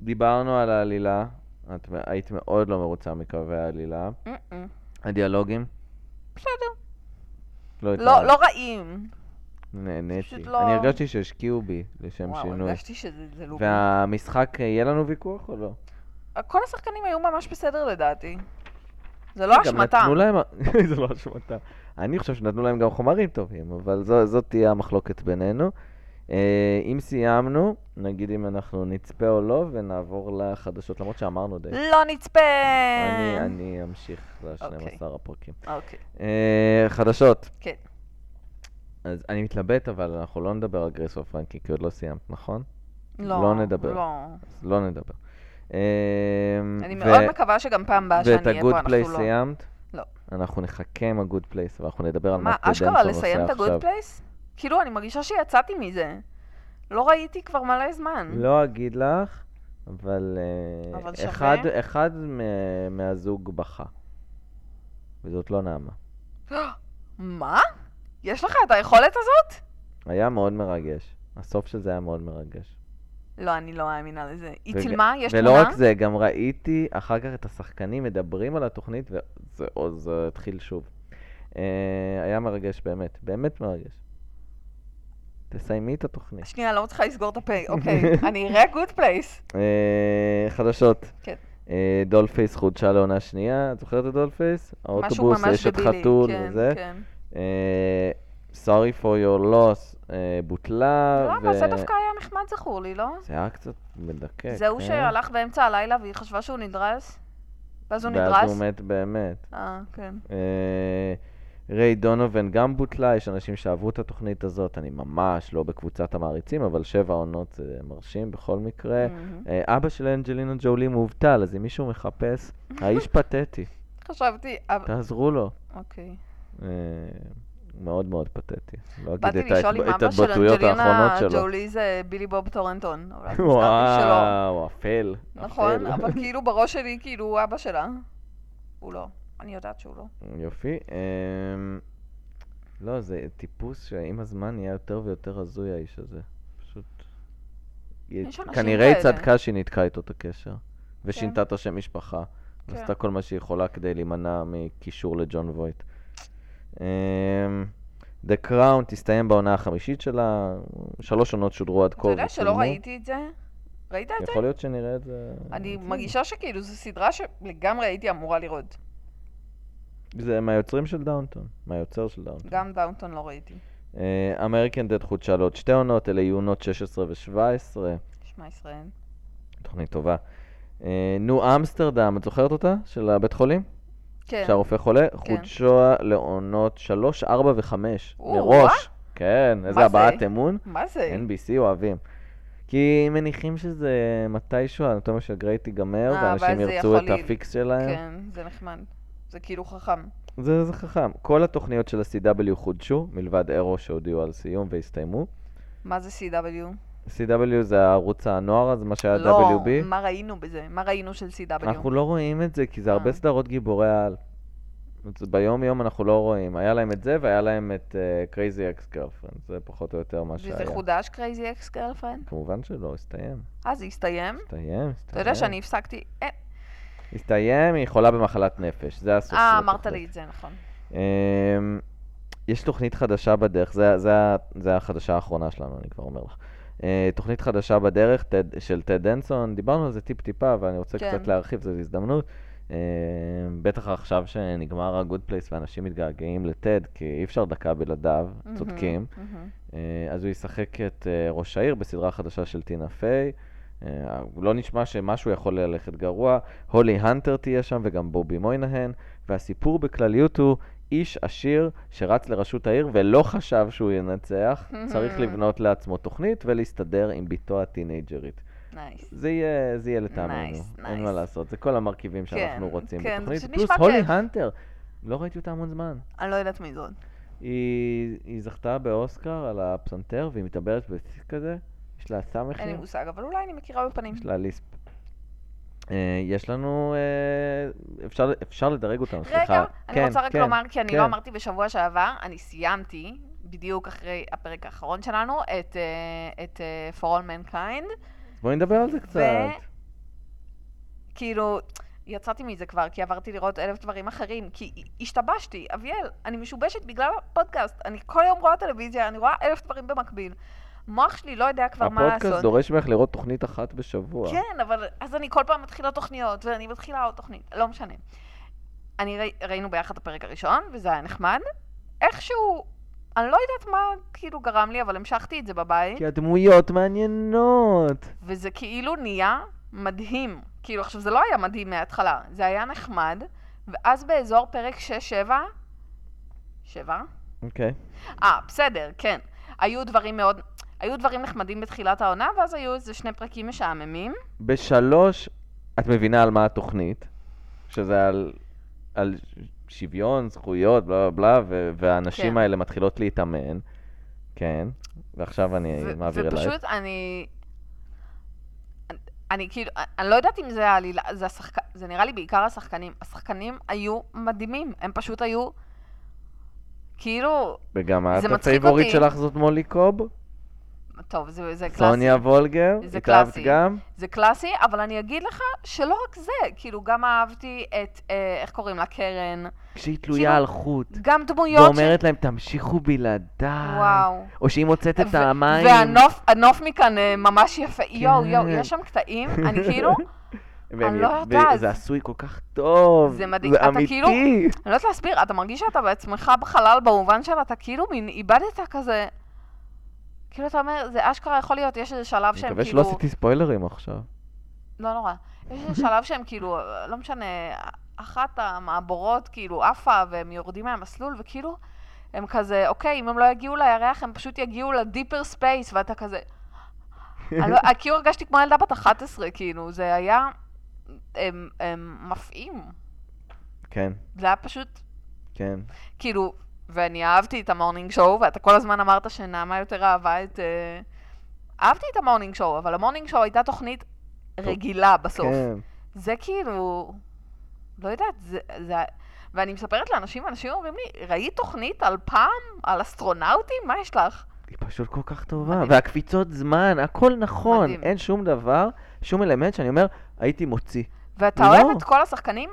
[SPEAKER 1] דיברנו על העלילה, את היית מאוד לא מרוצה מקווי העלילה.
[SPEAKER 2] Mm-mm.
[SPEAKER 1] הדיאלוגים?
[SPEAKER 2] בסדר.
[SPEAKER 1] לא
[SPEAKER 2] לא
[SPEAKER 1] התלהבתי.
[SPEAKER 2] לא רעים.
[SPEAKER 1] נהניתי.
[SPEAKER 2] פשוט לא-
[SPEAKER 1] אני הרגשתי שהשקיעו בי לשם
[SPEAKER 2] וואו,
[SPEAKER 1] שינוי.
[SPEAKER 2] הרגשתי שזה זה לא לופ.
[SPEAKER 1] והמשחק, אה, יהיה לנו ויכוח או לא?
[SPEAKER 2] כל השחקנים היו ממש בסדר לדעתי. זה לא
[SPEAKER 1] גם
[SPEAKER 2] אשמתם.
[SPEAKER 1] נתנו להם... *laughs* זה לא אשמתם. אני חושב שנתנו להם גם חומרים טובים, אבל זו, זאת תהיה המחלוקת בינינו. אה, אם סיימנו, נגיד אם אנחנו נצפה או לא, ונעבור לחדשות, למרות שאמרנו די.
[SPEAKER 2] לא נצפה!
[SPEAKER 1] אני, אני אמשיך ל-12
[SPEAKER 2] אוקיי.
[SPEAKER 1] הפרקים.
[SPEAKER 2] אוקיי.
[SPEAKER 1] אה, חדשות.
[SPEAKER 2] כן.
[SPEAKER 1] אז אני מתלבט, אבל אנחנו לא נדבר על גרייס ופרנקי, כי עוד לא סיימת, נכון?
[SPEAKER 2] לא.
[SPEAKER 1] לא נדבר.
[SPEAKER 2] לא.
[SPEAKER 1] אז לא נדבר. אה,
[SPEAKER 2] אני
[SPEAKER 1] ו-
[SPEAKER 2] מאוד מקווה שגם פעם הבאה שאני
[SPEAKER 1] ואת
[SPEAKER 2] אהיה פה,
[SPEAKER 1] הגוד
[SPEAKER 2] אנחנו
[SPEAKER 1] פלייס
[SPEAKER 2] לא...
[SPEAKER 1] סיימת?
[SPEAKER 2] לא.
[SPEAKER 1] אנחנו נחכה עם הגוד פלייס, ואנחנו נדבר על
[SPEAKER 2] מה,
[SPEAKER 1] מה קדנציה
[SPEAKER 2] אשכרה
[SPEAKER 1] עושה
[SPEAKER 2] לסיים את הגוד
[SPEAKER 1] עכשיו.
[SPEAKER 2] פלייס? כאילו, אני מרגישה שיצאתי מזה. לא ראיתי כבר מלא זמן.
[SPEAKER 1] לא אגיד לך, אבל... אה,
[SPEAKER 2] אבל שווה?
[SPEAKER 1] אחד, אחד מה- מהזוג בכה. וזאת לא נעמה.
[SPEAKER 2] מה? יש לך את היכולת הזאת?
[SPEAKER 1] היה מאוד מרגש. הסוף של זה היה מאוד מרגש. לא,
[SPEAKER 2] לא, אני לא מאמינה לזה. היא
[SPEAKER 1] וג-
[SPEAKER 2] צילמה? יש
[SPEAKER 1] ולא
[SPEAKER 2] תמונה?
[SPEAKER 1] רק זה, גם ראיתי אחר כך את השחקנים מדברים על התוכנית, וזה או, זה התחיל שוב. אה, היה מרגש באמת, באמת מרגש. תסיימי את התוכנית.
[SPEAKER 2] שנייה, לא מצליחה לסגור
[SPEAKER 1] *laughs*
[SPEAKER 2] את הפה. אוקיי, אני אראה גוד פלייס.
[SPEAKER 1] אה, חדשות.
[SPEAKER 2] כן.
[SPEAKER 1] אה, דולפייס חודשה לעונה שנייה, את זוכרת את דולפייס?
[SPEAKER 2] משהו ממש
[SPEAKER 1] האוטובוס,
[SPEAKER 2] דבילי.
[SPEAKER 1] יש את חתול
[SPEAKER 2] כן,
[SPEAKER 1] וזה.
[SPEAKER 2] כן.
[SPEAKER 1] אה, Sorry for your loss אה, בוטלה.
[SPEAKER 2] למה?
[SPEAKER 1] ו-
[SPEAKER 2] לא, זה דווקא היה נחמד, זכור לי, לא?
[SPEAKER 1] זה היה קצת מדכא.
[SPEAKER 2] זהו
[SPEAKER 1] כן?
[SPEAKER 2] שהלך באמצע הלילה והיא חשבה שהוא נדרס? ואז הוא
[SPEAKER 1] ואז
[SPEAKER 2] נדרס?
[SPEAKER 1] הוא מת באמת.
[SPEAKER 2] אה, כן.
[SPEAKER 1] אה, ריי דונובן גם בוטלה, יש אנשים שאהבו את התוכנית הזאת, אני ממש לא בקבוצת המעריצים, אבל שבע עונות זה מרשים בכל מקרה.
[SPEAKER 2] מהמם.
[SPEAKER 1] אה, אבא של אנג'לינה ג'ולי מובטל, אז אם מישהו מחפש, האיש פתטי,
[SPEAKER 2] חשבתי, אבל-
[SPEAKER 1] תעזרו לו.
[SPEAKER 2] אוקיי.
[SPEAKER 1] אה, מאוד מאוד פתטי. לא אגיד
[SPEAKER 2] באתי
[SPEAKER 1] את ההת-
[SPEAKER 2] לשאול אם
[SPEAKER 1] את
[SPEAKER 2] אבא של
[SPEAKER 1] ההתבטאויות
[SPEAKER 2] אנג'לינה
[SPEAKER 1] האחרונות שלו.
[SPEAKER 2] ג'ולי זה בילי בוב טורנטון. אבל חשבתי שלא.
[SPEAKER 1] וואו, אפל.
[SPEAKER 2] נכון,
[SPEAKER 1] אפל.
[SPEAKER 2] אבל כאילו בראש שלי, כאילו הוא אבא שלה. הוא לא. אני יודעת שהוא לא.
[SPEAKER 1] יופי. אמ, לא, זה טיפוס שעם הזמן נהיה יותר ויותר הזוי האיש הזה. פשוט... היא-
[SPEAKER 2] יש אנשים
[SPEAKER 1] כנראה היא
[SPEAKER 2] כאלה.
[SPEAKER 1] צדקה שהיא ניתקה איתו את הקשר. ושינתה את השם משפחה.
[SPEAKER 2] כן.
[SPEAKER 1] ועשתה כל מה שהיא יכולה כדי להימנע מקישור לג'ון וויט. אמ, The Crown תסתיים בעונה החמישית שלה, שלוש עונות שודרו עד כה.
[SPEAKER 2] אתה יודע שלא
[SPEAKER 1] וצולמו.
[SPEAKER 2] ראיתי את זה? ראית את זה?
[SPEAKER 1] יכול להיות שנראה את זה...
[SPEAKER 2] אני מרגישה שכאילו זו סדרה שלגמרי הייתי אמורה לראות.
[SPEAKER 1] זה מהיוצרים של דאונטון, מהיוצר של דאונטון.
[SPEAKER 2] גם דאונטון לא ראיתי.
[SPEAKER 1] אמריקן דד חודשה לעוד שתי עונות, אלה יהיו עונות 16 ו-17,
[SPEAKER 2] שמע ישראל.
[SPEAKER 1] תוכנית טובה. אה, נו אמסטרדם, את זוכרת אותה? של הבית חולים?
[SPEAKER 2] כן.
[SPEAKER 1] שהרופא חולה? חודשה לעונות 3, 4 ו-5,
[SPEAKER 2] או,
[SPEAKER 1] מראש. כן, איזה
[SPEAKER 2] זה? אה.
[SPEAKER 1] הבעת אמון.
[SPEAKER 2] מה זה?
[SPEAKER 1] NBC אוהבים. כי מניחים שזה מתישהו, האנטומיה של גריי תיגמר,
[SPEAKER 2] אה,
[SPEAKER 1] ואנשים
[SPEAKER 2] ואז זה
[SPEAKER 1] ירצו
[SPEAKER 2] יכול
[SPEAKER 1] את
[SPEAKER 2] לי-
[SPEAKER 1] הפיקס שלהם.
[SPEAKER 2] כן, זה נחמד. זה כאילו חכם.
[SPEAKER 1] זה, זה חכם. כל התוכניות של ה-CW חודשו, מלבד אירו שהודיעו על סיום והסתיימו.
[SPEAKER 2] מה זה CW?
[SPEAKER 1] CW זה הערוץ הנוער, אז מה שהיה
[SPEAKER 2] לא,
[SPEAKER 1] WB.
[SPEAKER 2] מה ראינו בזה? מה ראינו של CW?
[SPEAKER 1] אנחנו לא רואים את זה, כי זה הרבה
[SPEAKER 2] אה.
[SPEAKER 1] סדרות גיבורי על. ביום-יום אנחנו לא רואים. היה להם את זה, והיה להם את uh, Crazy Ex Girlfriend. זה פחות או יותר מה שהיה.
[SPEAKER 2] וזה חודש קרייזי אקס גרלפרנד?
[SPEAKER 1] כמובן שלא, הסתיים.
[SPEAKER 2] אה, זה
[SPEAKER 1] הסתיים,
[SPEAKER 2] הסתיים?
[SPEAKER 1] הסתיים.
[SPEAKER 2] אתה יודע שאני הפסקתי... אה,
[SPEAKER 1] הסתיים, היא חולה במחלת נפש. זה הסוף של
[SPEAKER 2] אה, אמרת
[SPEAKER 1] התוכנית.
[SPEAKER 2] לי את זה, נכון.
[SPEAKER 1] אמ, יש תוכנית חדשה בדרך, זה, זה, ה- זה החדשה האחרונה שלנו, אני כבר אומר לך. אה, תוכנית חדשה בדרך טד, של טד דנסון, דיברנו על זה טיפ-טיפה, אבל אני רוצה
[SPEAKER 2] כן.
[SPEAKER 1] קצת להרחיב, זו הזדמנות. אה, בטח עכשיו שנגמר הגוד פלייס ואנשים מתגעגעים לטד, כי אי אפשר דקה בלעדיו, צודקים.
[SPEAKER 2] מהמם, מהמם.
[SPEAKER 1] אה, אז הוא ישחק את אה, ראש העיר בסדרה חדשה של טינה פיי. אה, לא נשמע שמשהו יכול ללכת גרוע. הולי הנטר תהיה שם וגם בובי מויינהן. והסיפור בכלליות הוא איש עשיר שרץ לראשות העיר ולא חשב שהוא
[SPEAKER 2] *laughs*
[SPEAKER 1] ינצח. צריך לבנות לעצמו תוכנית ולהסתדר עם בתו הטינג'רית.
[SPEAKER 2] נייס.
[SPEAKER 1] זה יהיה, זה יהיה לטעמנו,
[SPEAKER 2] Nice,
[SPEAKER 1] אין
[SPEAKER 2] nice.
[SPEAKER 1] מה לעשות, זה כל המרכיבים שאנחנו
[SPEAKER 2] כן,
[SPEAKER 1] רוצים
[SPEAKER 2] כן, זה
[SPEAKER 1] בתוכנית.
[SPEAKER 2] פשוט
[SPEAKER 1] פלוס
[SPEAKER 2] נשמע
[SPEAKER 1] הולי
[SPEAKER 2] כיף.
[SPEAKER 1] הנטר, לא ראיתי אותה המון זמן.
[SPEAKER 2] אני לא יודעת מי זאת.
[SPEAKER 1] היא, היא זכתה באוסקר על הפסנתר, והיא מתאברת בסיס כזה, יש לה
[SPEAKER 2] אין לי
[SPEAKER 1] סמכים,
[SPEAKER 2] מושג, אבל אולי אני מכירה בפנים.
[SPEAKER 1] יש לה ליספ. אה, יש לנו, אה, אפשר, אפשר לדרג אותנו, סליחה.
[SPEAKER 2] רגע, אני
[SPEAKER 1] כן,
[SPEAKER 2] רוצה רק
[SPEAKER 1] כן.
[SPEAKER 2] לומר, כי אני
[SPEAKER 1] כן.
[SPEAKER 2] לא אמרתי בשבוע שעבר, אני סיימתי, בדיוק אחרי הפרק האחרון שלנו, את, אה, את אה, For All Mankind.
[SPEAKER 1] בואי נדבר על זה קצת.
[SPEAKER 2] כאילו, יצאתי מזה כבר, כי עברתי לראות אלף דברים אחרים, כי השתבשתי, אביאל, אני משובשת בגלל הפודקאסט, אני כל יום רואה טלוויזיה, אני רואה אלף דברים במקביל. מוח שלי לא יודע כבר מה לעשות.
[SPEAKER 1] הפודקאסט דורש ממך לראות תוכנית אחת בשבוע.
[SPEAKER 2] כן, אבל אז אני כל פעם מתחילה תוכניות, ואני מתחילה עוד תוכנית, לא משנה. אני ראי, ראינו ביחד את הפרק הראשון, וזה היה נחמד. איכשהו, אני לא יודעת מה כאילו גרם לי, אבל המשכתי את זה בבית,
[SPEAKER 1] כי הדמויות מעניינות.
[SPEAKER 2] וזה כאילו נהיה מדהים. כאילו, עכשיו, זה לא היה מדהים מההתחלה, זה היה נחמד, ואז באזור פרק 6-7, 7?
[SPEAKER 1] אוקיי.
[SPEAKER 2] אה, בסדר, כן. היו דברים מאוד... היו דברים נחמדים בתחילת העונה, ואז היו איזה שני פרקים משעממים.
[SPEAKER 1] בשלוש, את מבינה על מה התוכנית, שזה על, על שוויון, זכויות, בלה בלה בלה, ו- והנשים
[SPEAKER 2] כן.
[SPEAKER 1] כן. האלה מתחילות להתאמן. כן, ועכשיו אני
[SPEAKER 2] ו-
[SPEAKER 1] אה, מעביר אלייך.
[SPEAKER 2] ופשוט אני... אני- אני כאילו, אני לא יודעת אם זה העלילה, זה השחק... זה נראה לי בעיקר השחקנים. השחקנים היו מדהימים, הם פשוט היו... כאילו,
[SPEAKER 1] וגם את
[SPEAKER 2] זה מצחיק
[SPEAKER 1] הפייבוריט
[SPEAKER 2] אותי.
[SPEAKER 1] שלך זאת מולי קוב,
[SPEAKER 2] טוב, זה, זה קלאסי.
[SPEAKER 1] סוניה וולגר,
[SPEAKER 2] זה
[SPEAKER 1] התאהבת
[SPEAKER 2] קלאסי.
[SPEAKER 1] גם.
[SPEAKER 2] זה קלאסי, אבל אני אגיד לך שלא רק זה, כאילו, גם אהבתי את, אה, איך קוראים לה, קרן,
[SPEAKER 1] כשהיא
[SPEAKER 2] כאילו,
[SPEAKER 1] תלויה על חוט,
[SPEAKER 2] גם דמויות
[SPEAKER 1] ואומרת להם תמשיכו בלעדיי.
[SPEAKER 2] וואו.
[SPEAKER 1] או שהיא מוצאת את
[SPEAKER 2] ו-
[SPEAKER 1] המים.
[SPEAKER 2] והנוף הנוף מכאן אה, ממש יפה. יואו, יואו,
[SPEAKER 1] כן.
[SPEAKER 2] יש שם קטעים, אני כאילו,
[SPEAKER 1] והם-
[SPEAKER 2] אני לא יודעת.
[SPEAKER 1] וזה עשוי כל כך טוב.
[SPEAKER 2] זה מדהים.
[SPEAKER 1] זה
[SPEAKER 2] אתה
[SPEAKER 1] אמיתי.
[SPEAKER 2] כאילו- אני לא יודעת להסביר, אתה מרגיש שאתה בעצמך בחלל במובן של אתה כאילו מין איבדת כזה, כאילו אתה אומר, זה אשכרה יכול להיות, יש איזה שלב
[SPEAKER 1] אני
[SPEAKER 2] שהם
[SPEAKER 1] מקווה שלא
[SPEAKER 2] כאילו,
[SPEAKER 1] עשיתי ספוילרים עכשיו.
[SPEAKER 2] לא נורא, יש איזה שלב שהם כאילו, אה, לא משנה, אחת המעבורות כאילו עפה והם יורדים מהמסלול וכאילו, הם כזה, אוקיי, אם הם לא יגיעו לירח, הם פשוט יגיעו לדיפר ספייס, ואתה כזה... אני לא- כאילו הרגשתי כמו ילדה בת 11, כאילו, זה היה הם, הם, מפעים.
[SPEAKER 1] כן,
[SPEAKER 2] זה היה פשוט
[SPEAKER 1] כן.
[SPEAKER 2] כאילו, ואני אהבתי את המורנינג שואו, ואתה כל הזמן אמרת שנעמה יותר אהבה את... אה, אהבתי את המורנינג שואו, אבל המורנינג שואו הייתה תוכנית רגילה בסוף.
[SPEAKER 1] כן.
[SPEAKER 2] זה כאילו... לא יודעת, זה... זה... ואני מספרת לאנשים, אנשים אומרים לי, ראית תוכנית על פעם? על אסטרונאוטים? מה יש לך?
[SPEAKER 1] היא פשוט כל כך טובה.
[SPEAKER 2] מדהים.
[SPEAKER 1] והקפיצות זמן, הכל נכון.
[SPEAKER 2] מדהים.
[SPEAKER 1] אין שום דבר, שום אלמנט שאני אומר, הייתי מוציא.
[SPEAKER 2] ואתה
[SPEAKER 1] לא.
[SPEAKER 2] אוהב את כל השחקנים,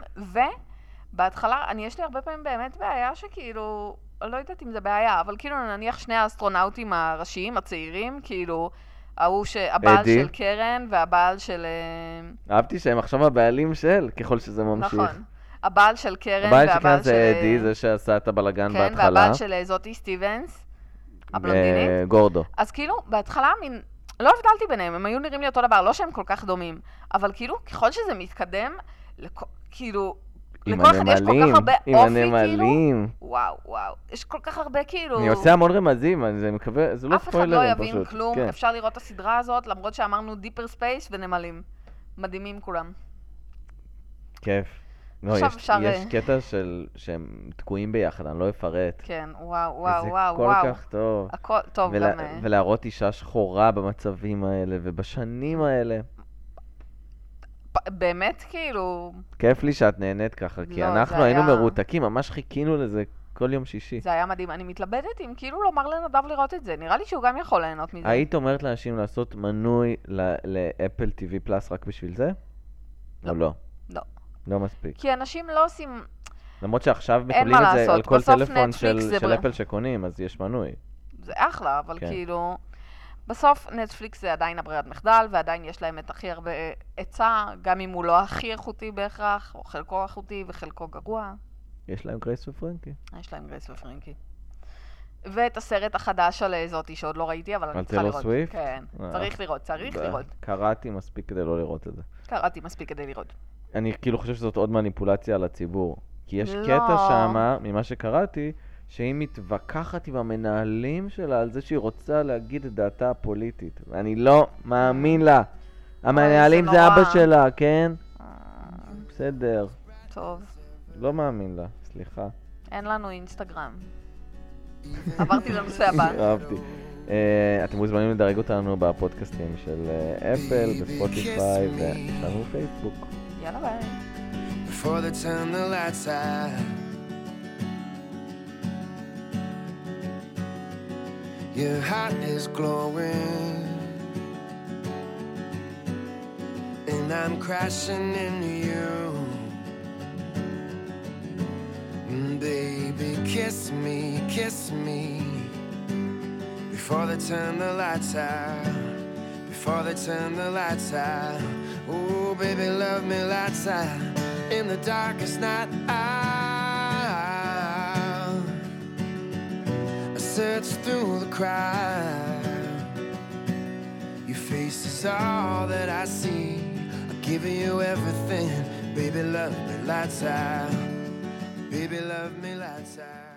[SPEAKER 2] ובהתחלה, אני, יש לי הרבה פעמים באמת בעיה שכאילו, אני לא יודעת אם זה בעיה, אבל כאילו נניח שני האסטרונאוטים הראשיים, הצעירים, כאילו, ההוא, ש... הבעל
[SPEAKER 1] אדי.
[SPEAKER 2] של קרן והבעל של... אה,
[SPEAKER 1] אהבתי שהם עכשיו הבעלים של, ככל שזה ממשיך.
[SPEAKER 2] נכון. הבעל של קרן
[SPEAKER 1] הבעל של כאן
[SPEAKER 2] והבעל של...
[SPEAKER 1] זה
[SPEAKER 2] אה,
[SPEAKER 1] אדי, זה שעשה את הבלגן
[SPEAKER 2] כן,
[SPEAKER 1] בהתחלה.
[SPEAKER 2] והבעל של אה, זאתי סטיבנס, הבלונדינית.
[SPEAKER 1] אה, גורדו.
[SPEAKER 2] אז כאילו, בהתחלה מין... לא הבדלתי ביניהם, הם היו נראים לי אותו דבר, לא שהם כל כך דומים, אבל כאילו, ככל שזה מתקדם, לכ... כאילו,
[SPEAKER 1] עם
[SPEAKER 2] לכל אחד יש כל
[SPEAKER 1] הנמלים,
[SPEAKER 2] כך הרבה
[SPEAKER 1] עם
[SPEAKER 2] אופי, כאילו,
[SPEAKER 1] הנמלים.
[SPEAKER 2] וואו, וואו, יש כל כך הרבה, כאילו,
[SPEAKER 1] אני עושה המון רמזים, אני זה מקווה, זה לא
[SPEAKER 2] אף אחד לא
[SPEAKER 1] ספוילרים פשוט.
[SPEAKER 2] יבין כלום,
[SPEAKER 1] כן.
[SPEAKER 2] אפשר לראות את הסדרה הזאת, למרות שאמרנו דיפר ספייס ונמלים. מדהימים כולם.
[SPEAKER 1] כיף. לא,
[SPEAKER 2] עכשיו
[SPEAKER 1] יש,
[SPEAKER 2] אפשר,
[SPEAKER 1] יש
[SPEAKER 2] אה,
[SPEAKER 1] קטע של, שהם תקועים ביחד, אני לא אפרט.
[SPEAKER 2] כן, וואו, וואו,
[SPEAKER 1] וזה
[SPEAKER 2] וואו,
[SPEAKER 1] כל
[SPEAKER 2] וואו.
[SPEAKER 1] כך טוב.
[SPEAKER 2] הכל, טוב,
[SPEAKER 1] ולה,
[SPEAKER 2] גם... אה,
[SPEAKER 1] ולהראות אישה שחורה במצבים האלה ובשנים האלה.
[SPEAKER 2] פ- באמת, כאילו,
[SPEAKER 1] כיף לי שאת נהנית ככה, כי
[SPEAKER 2] לא, זה
[SPEAKER 1] אנחנו היינו
[SPEAKER 2] היה-
[SPEAKER 1] מרותקים, ממש חיכינו לזה כל יום שישי.
[SPEAKER 2] זה היה מדהים. אני מתלבטת אם כאילו לומר לנדב לראות את זה, נראה לי שהוא גם יכול ליהנות מזה.
[SPEAKER 1] היית אומרת לאנשים לעשות מנוי ל- לאפל TV פלאס רק בשביל זה?
[SPEAKER 2] לא.
[SPEAKER 1] או לא?
[SPEAKER 2] לא.
[SPEAKER 1] לא מספיק.
[SPEAKER 2] כי אנשים לא עושים...
[SPEAKER 1] למרות שעכשיו
[SPEAKER 2] אין
[SPEAKER 1] מקבלים
[SPEAKER 2] מה
[SPEAKER 1] את זה
[SPEAKER 2] לעשות,
[SPEAKER 1] על כל
[SPEAKER 2] בסוף
[SPEAKER 1] טלפון
[SPEAKER 2] נטפליקס
[SPEAKER 1] של
[SPEAKER 2] זה
[SPEAKER 1] של
[SPEAKER 2] בר-
[SPEAKER 1] אפל שקונים, אז יש מנוי.
[SPEAKER 2] זה אחלה, אבל כן.
[SPEAKER 1] כן.
[SPEAKER 2] כאילו... בסוף נטפליקס זה עדיין הברירת מחדל, ועדיין יש להם את הכי הרבה אה, היצע, גם אם הוא לא הכי איכותי בהכרח, או חלקו איכותי וחלקו גרוע,
[SPEAKER 1] יש להם גרייס ופרנקי.
[SPEAKER 2] יש להם גרייס ופרנקי. ואת הסרט החדש על זאתי, שעוד לא ראיתי, אבל אני
[SPEAKER 1] על
[SPEAKER 2] צריכה
[SPEAKER 1] טיילור
[SPEAKER 2] לראות.
[SPEAKER 1] סוויפט?
[SPEAKER 2] כן,
[SPEAKER 1] אה.
[SPEAKER 2] צריך לראות, צריך
[SPEAKER 1] ב-
[SPEAKER 2] לראות.
[SPEAKER 1] קראתי מספיק כדי לא לראות את זה.
[SPEAKER 2] קראתי מספיק כדי לראות.
[SPEAKER 1] אני כאילו חושב שזאת עוד מניפולציה על הציבור. כי יש
[SPEAKER 2] לא.
[SPEAKER 1] קטע שמה, ממה שקראתי, שהיא מתווכחת עם המנהלים שלה על זה שהיא רוצה להגיד את דעתה הפוליטית. ואני לא מאמין לה. המנהלים
[SPEAKER 2] זה
[SPEAKER 1] זה
[SPEAKER 2] נורא.
[SPEAKER 1] אבא שלה, כן?
[SPEAKER 2] אה,
[SPEAKER 1] בסדר.
[SPEAKER 2] טוב,
[SPEAKER 1] לא מאמין לה, סליחה.
[SPEAKER 2] אין לנו אינסטגרם. עברתי לנושא הבא.
[SPEAKER 1] אהבתי. אה, אתם מוזמנים לדרג אותנו בפודקאסטים של אה, אפל, בספוטיפיי, ויש לנו פייסבוק.
[SPEAKER 2] יאללה ביי.
[SPEAKER 3] before they turn the lights out. Your heart is glowing, and and I'm crashing into you. Mm, Baby, kiss me, kiss me. Before they turn the lights out, before they turn the lights out. Oh, baby, love me, lights out. In the darkest night, I, I search through the crowd. Your face is all that I see. I'm giving you everything. Baby, love me, lights out. Baby, love me, lights out.